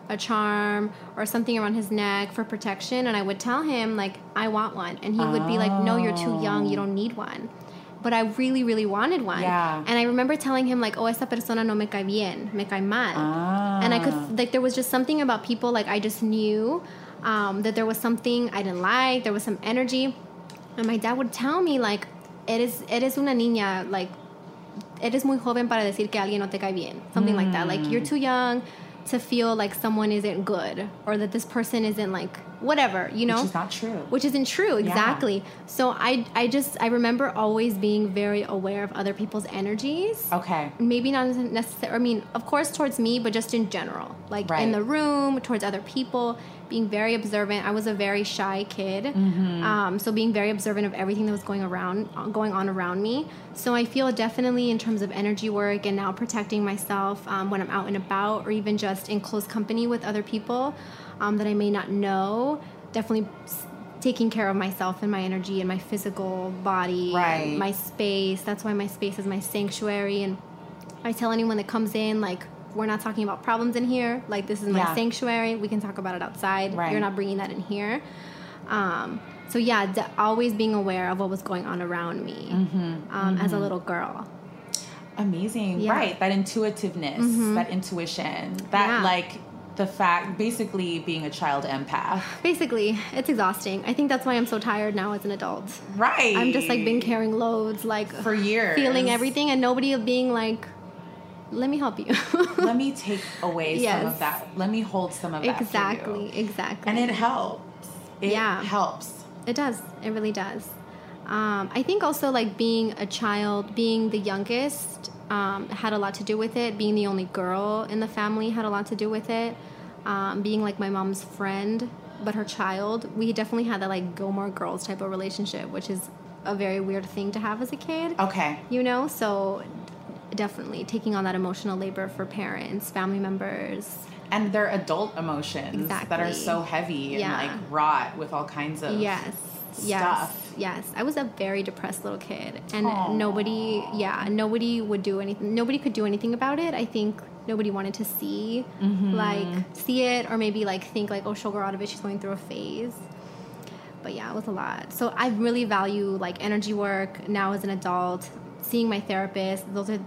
Speaker 4: a charm or something around his neck for protection and I would tell him like I want one and he would be like no you're too young you don't need one but I really really wanted one
Speaker 1: Yeah.
Speaker 4: and I remember telling him like oh esa persona no me cae bien me cae mal and I could like there was just something about people like I just knew um, that there was something I didn't like. There was some energy, and my dad would tell me like, "Eres eres una niña like eres muy joven para decir que alguien no te cae bien." Something like that. Like you're too young to feel like someone isn't good or that this person isn't like whatever. You know,
Speaker 1: Which is not true.
Speaker 4: Which isn't true exactly. So I I just I remember always being very aware of other people's energies
Speaker 1: okay.
Speaker 4: maybe not necessarily i mean of course towards me but just in general like
Speaker 1: Right.
Speaker 4: in the room towards other people being very observant i was a very shy kid
Speaker 1: Mm-hmm.
Speaker 4: um, so being very observant of everything that was going around going on around me so i feel definitely in terms of energy work and now protecting myself um, when i'm out and about or even just in close company with other people um, that i may not know definitely s- taking care of myself and my energy and my physical body
Speaker 1: Right.
Speaker 4: my space that's why my space is my sanctuary and I tell anyone that comes in, like, we're not talking about problems in here. Like, this is my
Speaker 1: Yeah.
Speaker 4: sanctuary. We can talk about it outside.
Speaker 1: Right.
Speaker 4: You're not bringing that in here. Um, so, yeah, d- always being aware of what was going on around me um, as a little girl.
Speaker 1: Amazing.
Speaker 4: Yeah. Mm-hmm.
Speaker 1: Right. That intuitiveness, that intuition, that
Speaker 4: Yeah.
Speaker 1: like the fact, basically being a child empath.
Speaker 4: Basically, it's exhausting. I think that's why I'm so tired now as an adult.
Speaker 1: Right.
Speaker 4: I'm just like been carrying loads, like
Speaker 1: For years.
Speaker 4: feeling everything, and nobody being like, let me help you. <laughs>
Speaker 1: Let me take away
Speaker 4: <sighs>
Speaker 1: some of
Speaker 4: Yes.
Speaker 1: that. Let me hold some of that. for you.
Speaker 4: exactly, exactly.
Speaker 1: And it helps. It
Speaker 4: Yeah.
Speaker 1: helps.
Speaker 4: It does. It really does. Um, I think also like being a child, being the youngest, um, had a lot to do with it. Being the only girl in the family had a lot to do with it. Um, being like my mom's friend, but her child, we definitely had that like Gilmore Girls type of relationship, which is a very weird thing to have as a kid.
Speaker 1: Okay.
Speaker 4: You know, so definitely taking on that emotional labor for parents, family members.
Speaker 1: And they're adult emotions that are
Speaker 4: Exactly.
Speaker 1: so heavy
Speaker 4: Yeah.
Speaker 1: and like wrought with all kinds of
Speaker 4: yes
Speaker 1: stuff.
Speaker 4: yes yes i was a very depressed little kid and
Speaker 1: Aw.
Speaker 4: nobody yeah nobody would do anything nobody could do anything about it i think nobody wanted to see
Speaker 1: Mm-hmm.
Speaker 4: like see it or maybe like think like oh shogaratovich is going through a phase but yeah it was a lot so i really value like energy work now as an adult seeing my therapist those are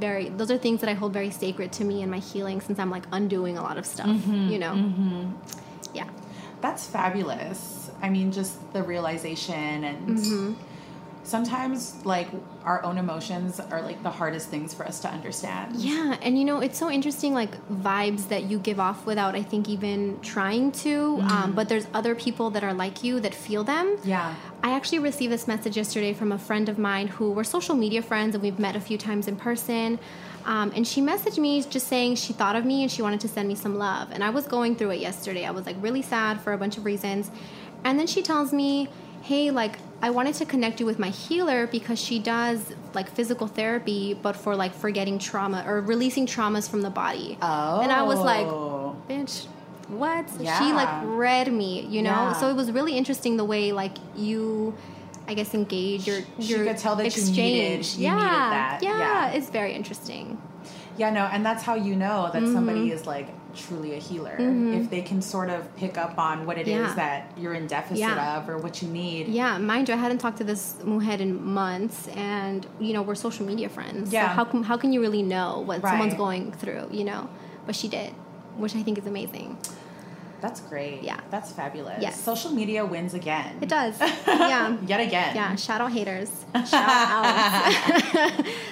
Speaker 4: very those are things that i hold very sacred to me in my healing since i'm like undoing a lot of stuff you know yeah
Speaker 1: Mm-hmm, That's fabulous. I mean, just the realization and
Speaker 4: Mm-hmm.
Speaker 1: sometimes like our own emotions are like the hardest things for us to understand.
Speaker 4: Yeah, and you know, it's so interesting, like vibes that you give off without, I think, even trying to. Um, but there's other people that are like you that feel them.
Speaker 1: Yeah.
Speaker 4: I actually received this message yesterday from a friend of mine who we're social media friends and we've met a few times in person. Um, and she messaged me just saying she thought of me and she wanted to send me some love. And I was going through it yesterday. I was like really sad for a bunch of reasons. And then she tells me, hey, like, I wanted to connect you with my healer because she does like physical therapy, but for like forgetting trauma or releasing traumas from the body. Oh. And I was like,
Speaker 1: Oh.
Speaker 4: bitch, what? She
Speaker 1: Yeah.
Speaker 4: like read me, you know?
Speaker 1: Yeah.
Speaker 4: So it was really interesting the way like you I guess engage your
Speaker 1: She
Speaker 4: your
Speaker 1: could tell that you
Speaker 4: exchange.
Speaker 1: needed- you
Speaker 4: yeah.
Speaker 1: needed that.
Speaker 4: Yeah.
Speaker 1: Yeah.
Speaker 4: it's very interesting.
Speaker 5: Mm-hmm.
Speaker 1: Yeah, no, and that's how you know that somebody is like
Speaker 4: truly a healer
Speaker 5: Mhm.
Speaker 4: if they can sort of pick up on what it is
Speaker 5: Yeah.
Speaker 4: that you're in deficit
Speaker 5: Yeah.
Speaker 4: of or what you need.
Speaker 5: Yeah, mind you, I hadn't talked to this mujer in months, and you know we're social media friends.
Speaker 4: Yeah.
Speaker 5: So how can how can you really know what someone's
Speaker 4: Right.
Speaker 5: going through? You know, but she did, which I think is amazing.
Speaker 4: That's great.
Speaker 5: Yeah.
Speaker 4: That's fabulous.
Speaker 5: Yes.
Speaker 4: Social media wins again.
Speaker 5: It
Speaker 4: <laughs>
Speaker 5: does. yeah.
Speaker 4: Yet again.
Speaker 5: Yeah. Shout out
Speaker 4: <laughs>
Speaker 5: haters. Shout <laughs> out.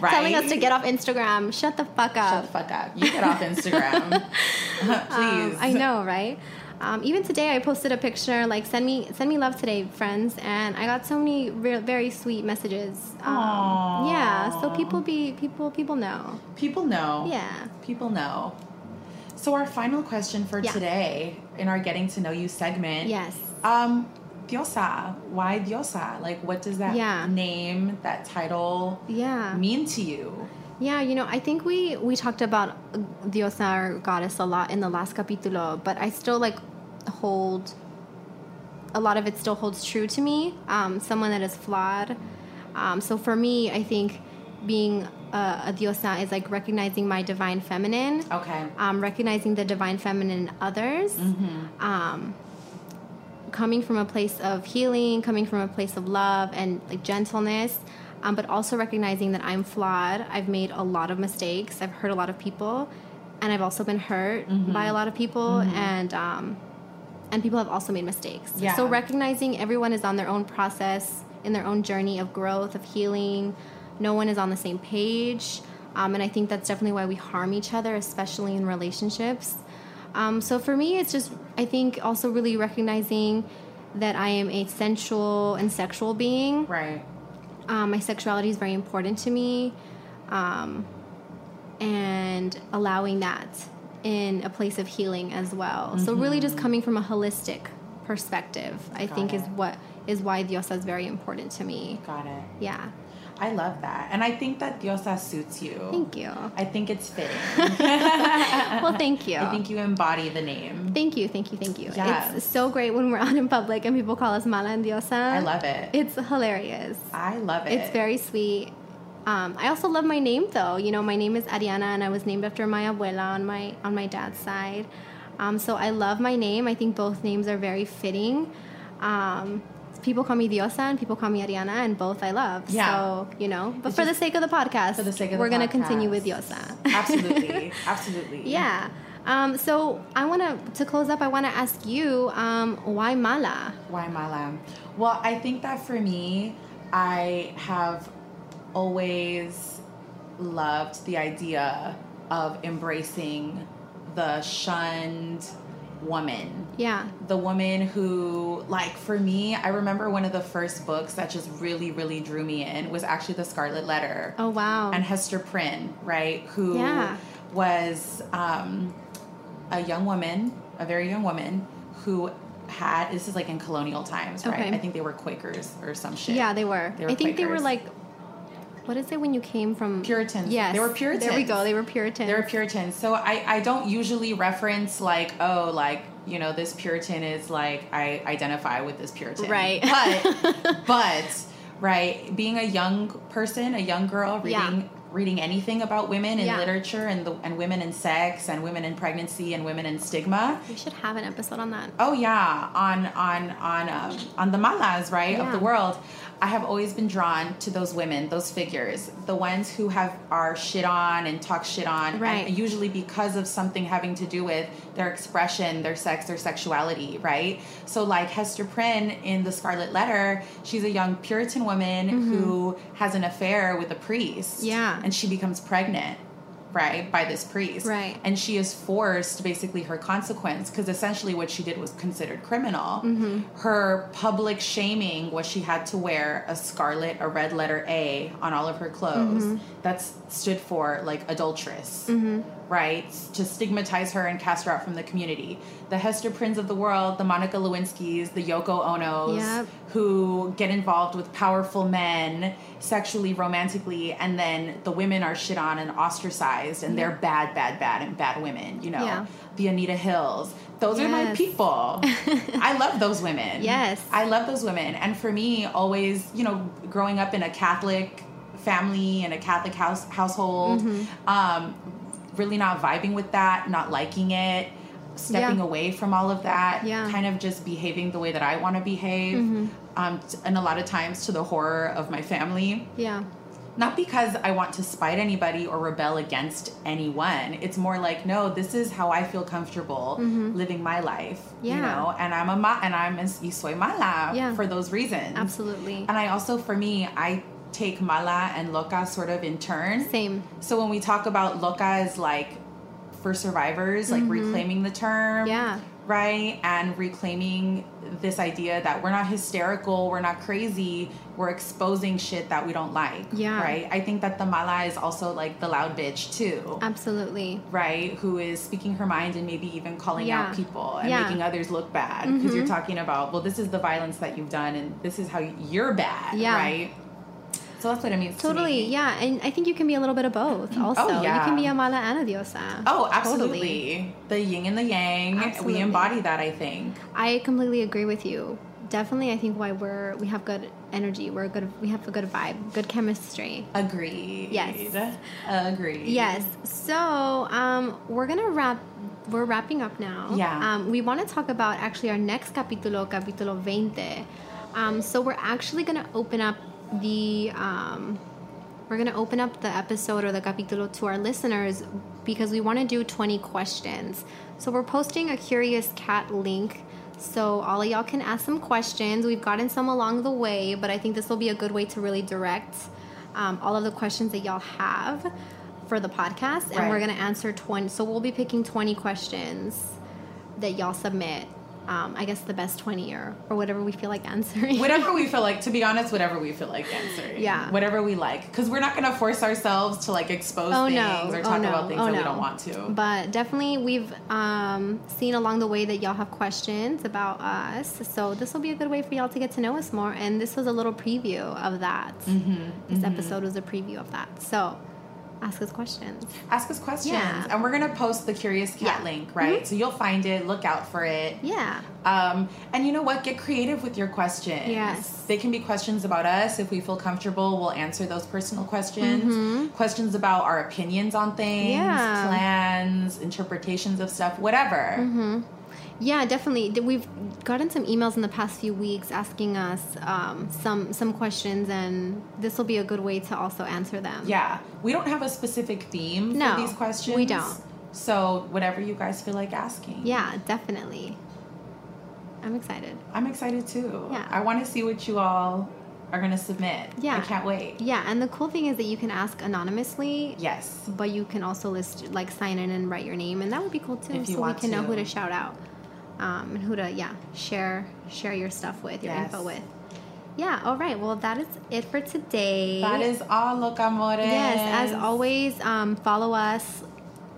Speaker 4: Right.
Speaker 5: Telling us to get off Instagram. Shut the fuck up.
Speaker 4: Shut the fuck up. You get off
Speaker 5: <laughs>
Speaker 4: Instagram. Uh, Please.
Speaker 5: Um, I know, right? Um, even today, I posted a picture like "send me send me love today, friends," and I got so many re- very sweet messages. Um, yeah, so people be people people know.
Speaker 4: People know.
Speaker 5: Yeah.
Speaker 4: People know. So our final question for
Speaker 5: Yeah.
Speaker 4: today in our getting to know you segment.
Speaker 5: Yes.
Speaker 4: Um Diosa. Why Diosa? Like what does that
Speaker 5: Yeah.
Speaker 4: name, that title
Speaker 5: Yeah.
Speaker 4: mean to you?
Speaker 5: Yeah, you know, I think we we talked about diosa or goddess a lot in the last capítulo, but I still like hold a lot of it still holds true to me. Um, someone that is flawed. Um, so for me, I think being a, a diosa is like recognizing my divine feminine.
Speaker 4: Okay.
Speaker 5: um, recognizing the divine feminine in others, um, coming from a place of healing, coming from a place of love and like gentleness, um, but also recognizing that I'm flawed. I've made a lot of mistakes. I've hurt a lot of people, and I've also been hurt by a lot of people, and um, and people have also made mistakes.
Speaker 4: Yeah.
Speaker 5: So recognizing everyone is on their own process, in their own journey of growth, of healing. No one is on the same page. Um, and I think that's definitely why we harm each other, especially in relationships. Um, so for me, it's just, I think, also really recognizing that I am a sensual and sexual being.
Speaker 4: Right.
Speaker 5: Um, my sexuality is very important to me. Um, and allowing that in a place of healing as well. So
Speaker 4: Mm-hmm.
Speaker 5: really just coming from a holistic perspective, I think is
Speaker 4: it.
Speaker 5: what is why Diosa is very important to me.
Speaker 4: Got it.
Speaker 5: Yeah.
Speaker 4: I love that. And I think that Diosa suits you.
Speaker 5: Thank you.
Speaker 4: I think it's fitting.
Speaker 5: <laughs> Well, thank you.
Speaker 4: I think you embody the name.
Speaker 5: Thank you, thank you, thank you.
Speaker 4: Yes.
Speaker 5: It's so great when we're out in public and people call us Mala and Diosa.
Speaker 4: I love it.
Speaker 5: It's hilarious.
Speaker 4: I love it.
Speaker 5: It's very sweet. Um, I also love my name though. You know, my name is Ariana, and I was named after my abuela on my on my dad's side. Um, so I love my name. I think both names are very fitting. Um, people call me Diosa and people call me Ariana, and both I love.
Speaker 4: Yeah.
Speaker 5: So you know, but
Speaker 4: It's
Speaker 5: for the
Speaker 4: just-
Speaker 5: sake of the podcast,
Speaker 4: for the sake of
Speaker 5: we're
Speaker 4: the
Speaker 5: gonna continue
Speaker 4: podcast.
Speaker 5: with Diosa. <laughs>
Speaker 4: absolutely, absolutely.
Speaker 5: yeah. Um, so I want to to close up. I want to ask you um, why Mala?
Speaker 4: Why Mala? Well, I think that for me, I have always loved the idea of embracing the shunned woman.
Speaker 5: Yeah.
Speaker 4: the woman who like for me i remember one of the first books that just really really drew me in was actually the scarlet letter
Speaker 5: Oh
Speaker 1: um,
Speaker 5: wow.
Speaker 4: and hester prynne right who
Speaker 5: Yeah.
Speaker 4: was um, a young woman a very young woman who had this is like in colonial times right
Speaker 5: Okay.
Speaker 4: i think they were quakers or some shit
Speaker 5: Yeah, they were.
Speaker 4: They were
Speaker 5: I think they were
Speaker 4: Quakers.
Speaker 5: like, what is it when you came from
Speaker 4: Puritans.
Speaker 5: Yes,
Speaker 4: They were Puritans.
Speaker 5: There we go. They were Puritans.
Speaker 4: They're Puritans. So I, I don't usually reference like, oh, like, you know, this Puritan is like I identify with this Puritan.
Speaker 5: Right. <laughs>
Speaker 4: But but right, being a young person, a young girl
Speaker 5: Yeah.
Speaker 4: reading reading anything about women in
Speaker 5: Yeah.
Speaker 4: literature and the and women in sex and women in pregnancy and women in stigma.
Speaker 5: We should have an episode on that.
Speaker 4: Oh yeah, on on on um, on the malas right of
Speaker 5: Yeah.
Speaker 4: the world. I have always been drawn to those women, those figures, the ones who have are shit on and talk shit on, and
Speaker 5: Right.
Speaker 4: usually because of something having to do with their expression, their sex, their sexuality, right? So like Hester Prynne in The Scarlet Letter, she's a young Puritan woman who has an affair with a priest,
Speaker 5: Yeah.
Speaker 4: and she becomes pregnant. Right by this priest,
Speaker 5: Right.
Speaker 4: and she is forced basically her consequence because essentially what she did was considered criminal.
Speaker 5: Mm-hmm.
Speaker 4: Her public shaming was she had to wear a scarlet, a red letter A on all of her clothes.
Speaker 5: Mm-hmm.
Speaker 4: That stood for like adulteress, right? To stigmatize her and cast her out from the community. The Hester Prynne's of the world, the Monica Lewinsky's, the Yoko Onos,
Speaker 5: Yep.
Speaker 4: who get involved with powerful men sexually, romantically, and then the women are shit on and ostracized, and they're bad, bad, bad, and bad women, you know?
Speaker 5: Mm-hmm. Yeah.
Speaker 4: The Anita Hills. Those are my
Speaker 5: Yes. <laughs>
Speaker 4: people. I love those women.
Speaker 5: Yes.
Speaker 4: I love those women. And for me, always, you know, growing up in a Catholic family and a Catholic house household, um, really not vibing with that, not liking it, stepping
Speaker 1: Yeah.
Speaker 4: away from all of that,
Speaker 1: Yeah.
Speaker 4: kind of just behaving the way that I want to behave.
Speaker 5: Mm-hmm.
Speaker 4: Um, t- and a lot of times to the horror of my family.
Speaker 1: Yeah.
Speaker 4: Not because I want to spite anybody or rebel against anyone. It's more like, no, this is how I feel comfortable living my life.
Speaker 1: Mm-hmm. Yeah.
Speaker 4: You know, and I'm a ma- and I'm a y soy mala
Speaker 1: Yeah.
Speaker 4: for those reasons.
Speaker 1: Absolutely.
Speaker 4: And I also, for me, I take mala and loca sort of in turn.
Speaker 1: Same.
Speaker 4: So when we talk about loca as like for survivors, like reclaiming the term.
Speaker 1: Mm-hmm. Yeah.
Speaker 4: Right? And reclaiming this idea that we're not hysterical, we're not crazy, we're exposing shit that we don't like.
Speaker 1: Yeah.
Speaker 4: Right? I think that the mala is also like the loud bitch too.
Speaker 1: Absolutely.
Speaker 4: Right, who is speaking her mind and maybe even calling
Speaker 1: Yeah.
Speaker 4: out people and
Speaker 1: Yeah.
Speaker 4: making others look bad because Uh, you're
Speaker 1: Mm-hmm.
Speaker 4: talking about, well, this is the violence that you've done and this is how you're bad,
Speaker 1: Yeah.
Speaker 4: right? So that's what it means. to
Speaker 1: Totally,
Speaker 4: me. Oh,
Speaker 1: yeah, and I think you can be a little bit of both. Also, you
Speaker 4: yeah.
Speaker 1: can be a mala and a diosa.
Speaker 4: Oh,
Speaker 1: Totally.
Speaker 4: absolutely. The yin and the yang.
Speaker 1: Absolutely.
Speaker 4: We embody that, I think.
Speaker 1: I completely agree with you. Definitely, I think why we're we have good energy. We're good. We have a good vibe. Good chemistry.
Speaker 4: Agreed.
Speaker 1: Yes.
Speaker 4: Agreed.
Speaker 1: Yes. So um, we're gonna wrap. We're wrapping up now.
Speaker 4: Yeah.
Speaker 1: Um, we want to talk about actually our next capítulo, capítulo 20. Um, so we're actually gonna open up the. <laughs> Um, we're gonna open up the episode or the capítulo to our listeners because we want to do 20 questions. So we're posting a curious cat link. So all of y'all can ask some questions. We've gotten some along the way, but I think this will be a good way to really direct um, all of the questions that y'all have for the podcast, and
Speaker 4: Right.
Speaker 1: we're gonna answer 20. So we'll be picking 20 questions that y'all submit. Um, I guess the best 20 or, or whatever we feel like answering.
Speaker 4: Whatever we feel like, to be honest, whatever we feel like answering.
Speaker 1: Yeah.
Speaker 4: Whatever we like. Because we're not going to force ourselves to like expose
Speaker 1: Oh
Speaker 4: things
Speaker 1: no!
Speaker 4: or
Speaker 1: oh,
Speaker 4: talk
Speaker 1: no.
Speaker 4: about things
Speaker 1: oh,
Speaker 4: that
Speaker 1: no.
Speaker 4: we don't want to.
Speaker 1: But definitely, we've um, seen along the way that y'all have questions about us, so this will be a good way for y'all to get to know us more. And this was a little preview of that.
Speaker 4: Mm-hmm.
Speaker 1: This episode was a preview of that. So, ask us questions.
Speaker 4: Ask us questions.
Speaker 1: Yeah.
Speaker 4: And we're going to post the Curious Cat
Speaker 1: Yeah. Mm-hmm.
Speaker 4: link, right? So you'll find it, look out for it.
Speaker 1: Yeah.
Speaker 4: Um, and you know what? Get creative with your questions.
Speaker 1: Yes.
Speaker 4: They can be questions about us. If we feel comfortable, we'll answer those personal questions. Questions about our opinions on things,
Speaker 1: Mm-hmm. Yeah.
Speaker 4: plans, interpretations of stuff, whatever.
Speaker 1: Yeah, definitely. Th- We've gotten some emails in the past few weeks asking us um, some some questions, and this will be a good way to also answer them.
Speaker 4: Yeah. We don't have a specific theme
Speaker 1: Mm-hmm. No,
Speaker 4: for these questions.
Speaker 1: we don't.
Speaker 4: So whatever you guys feel like asking.
Speaker 1: yeah, definitely. I'm excited.
Speaker 4: I'm excited too.
Speaker 1: Yeah.
Speaker 4: I want to see what you all are going to submit.
Speaker 1: Yeah.
Speaker 4: I can't wait.
Speaker 1: Yeah, and the cool thing is that you can ask anonymously.
Speaker 4: Yes.
Speaker 1: But you can also list like sign in and write your name, and that would be cool too.
Speaker 4: If you
Speaker 1: so
Speaker 4: want
Speaker 1: we can know
Speaker 4: to.
Speaker 1: who to shout out, um, and who to yeah share share your stuff with, your
Speaker 4: Yes.
Speaker 1: info with. Yeah. All right. Well, that is it for today.
Speaker 4: That is all, locamores.
Speaker 1: Yes, as always, um, follow us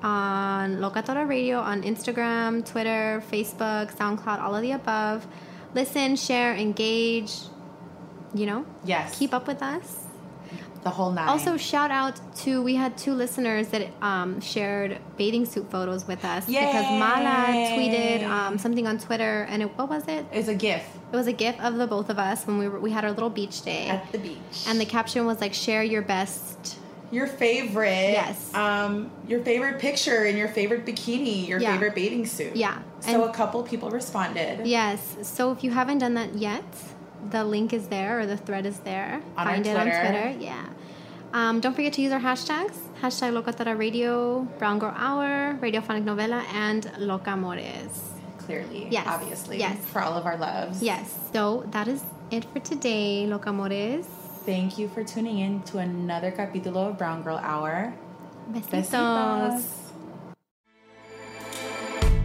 Speaker 1: on Locatora Radio on Instagram, Twitter, Facebook, SoundCloud, all of the above. Listen, share, engage, you know,
Speaker 4: Yes.
Speaker 1: keep up with us.
Speaker 4: the whole nine.
Speaker 1: Also, shout out to we had two listeners that um, shared bathing suit photos with us because Mala tweeted um, something on Twitter and it, what was it?
Speaker 4: It's a gift
Speaker 1: It was a gif of the both of us when we were, we had our little beach day,
Speaker 4: at the beach.
Speaker 1: and the caption was like, "Share your best."
Speaker 4: your favorite,
Speaker 1: Yes.
Speaker 4: um, your favorite picture in your favorite bikini, your
Speaker 1: Yeah.
Speaker 4: favorite bathing suit.
Speaker 1: Yeah,
Speaker 4: So
Speaker 1: and-
Speaker 4: a couple people responded
Speaker 1: Yes. So if you haven't done that yet, the link is there or the thread is there.
Speaker 4: On our
Speaker 1: Find it
Speaker 4: Twitter.
Speaker 1: on Twitter. Yeah. Um, don't forget to use our hashtags hashtag Locatara Radio, Brown Girl Hour, Radiophonic Novela, and Locamores.
Speaker 4: clearly,
Speaker 1: Yes.
Speaker 4: obviously,
Speaker 1: Yes.
Speaker 4: for all of our loves.
Speaker 1: Yes. So that is it for today, Locamores.
Speaker 4: Thank you for tuning in to another capítulo of Brown Girl Hour.
Speaker 1: Besitos.
Speaker 4: Besitos.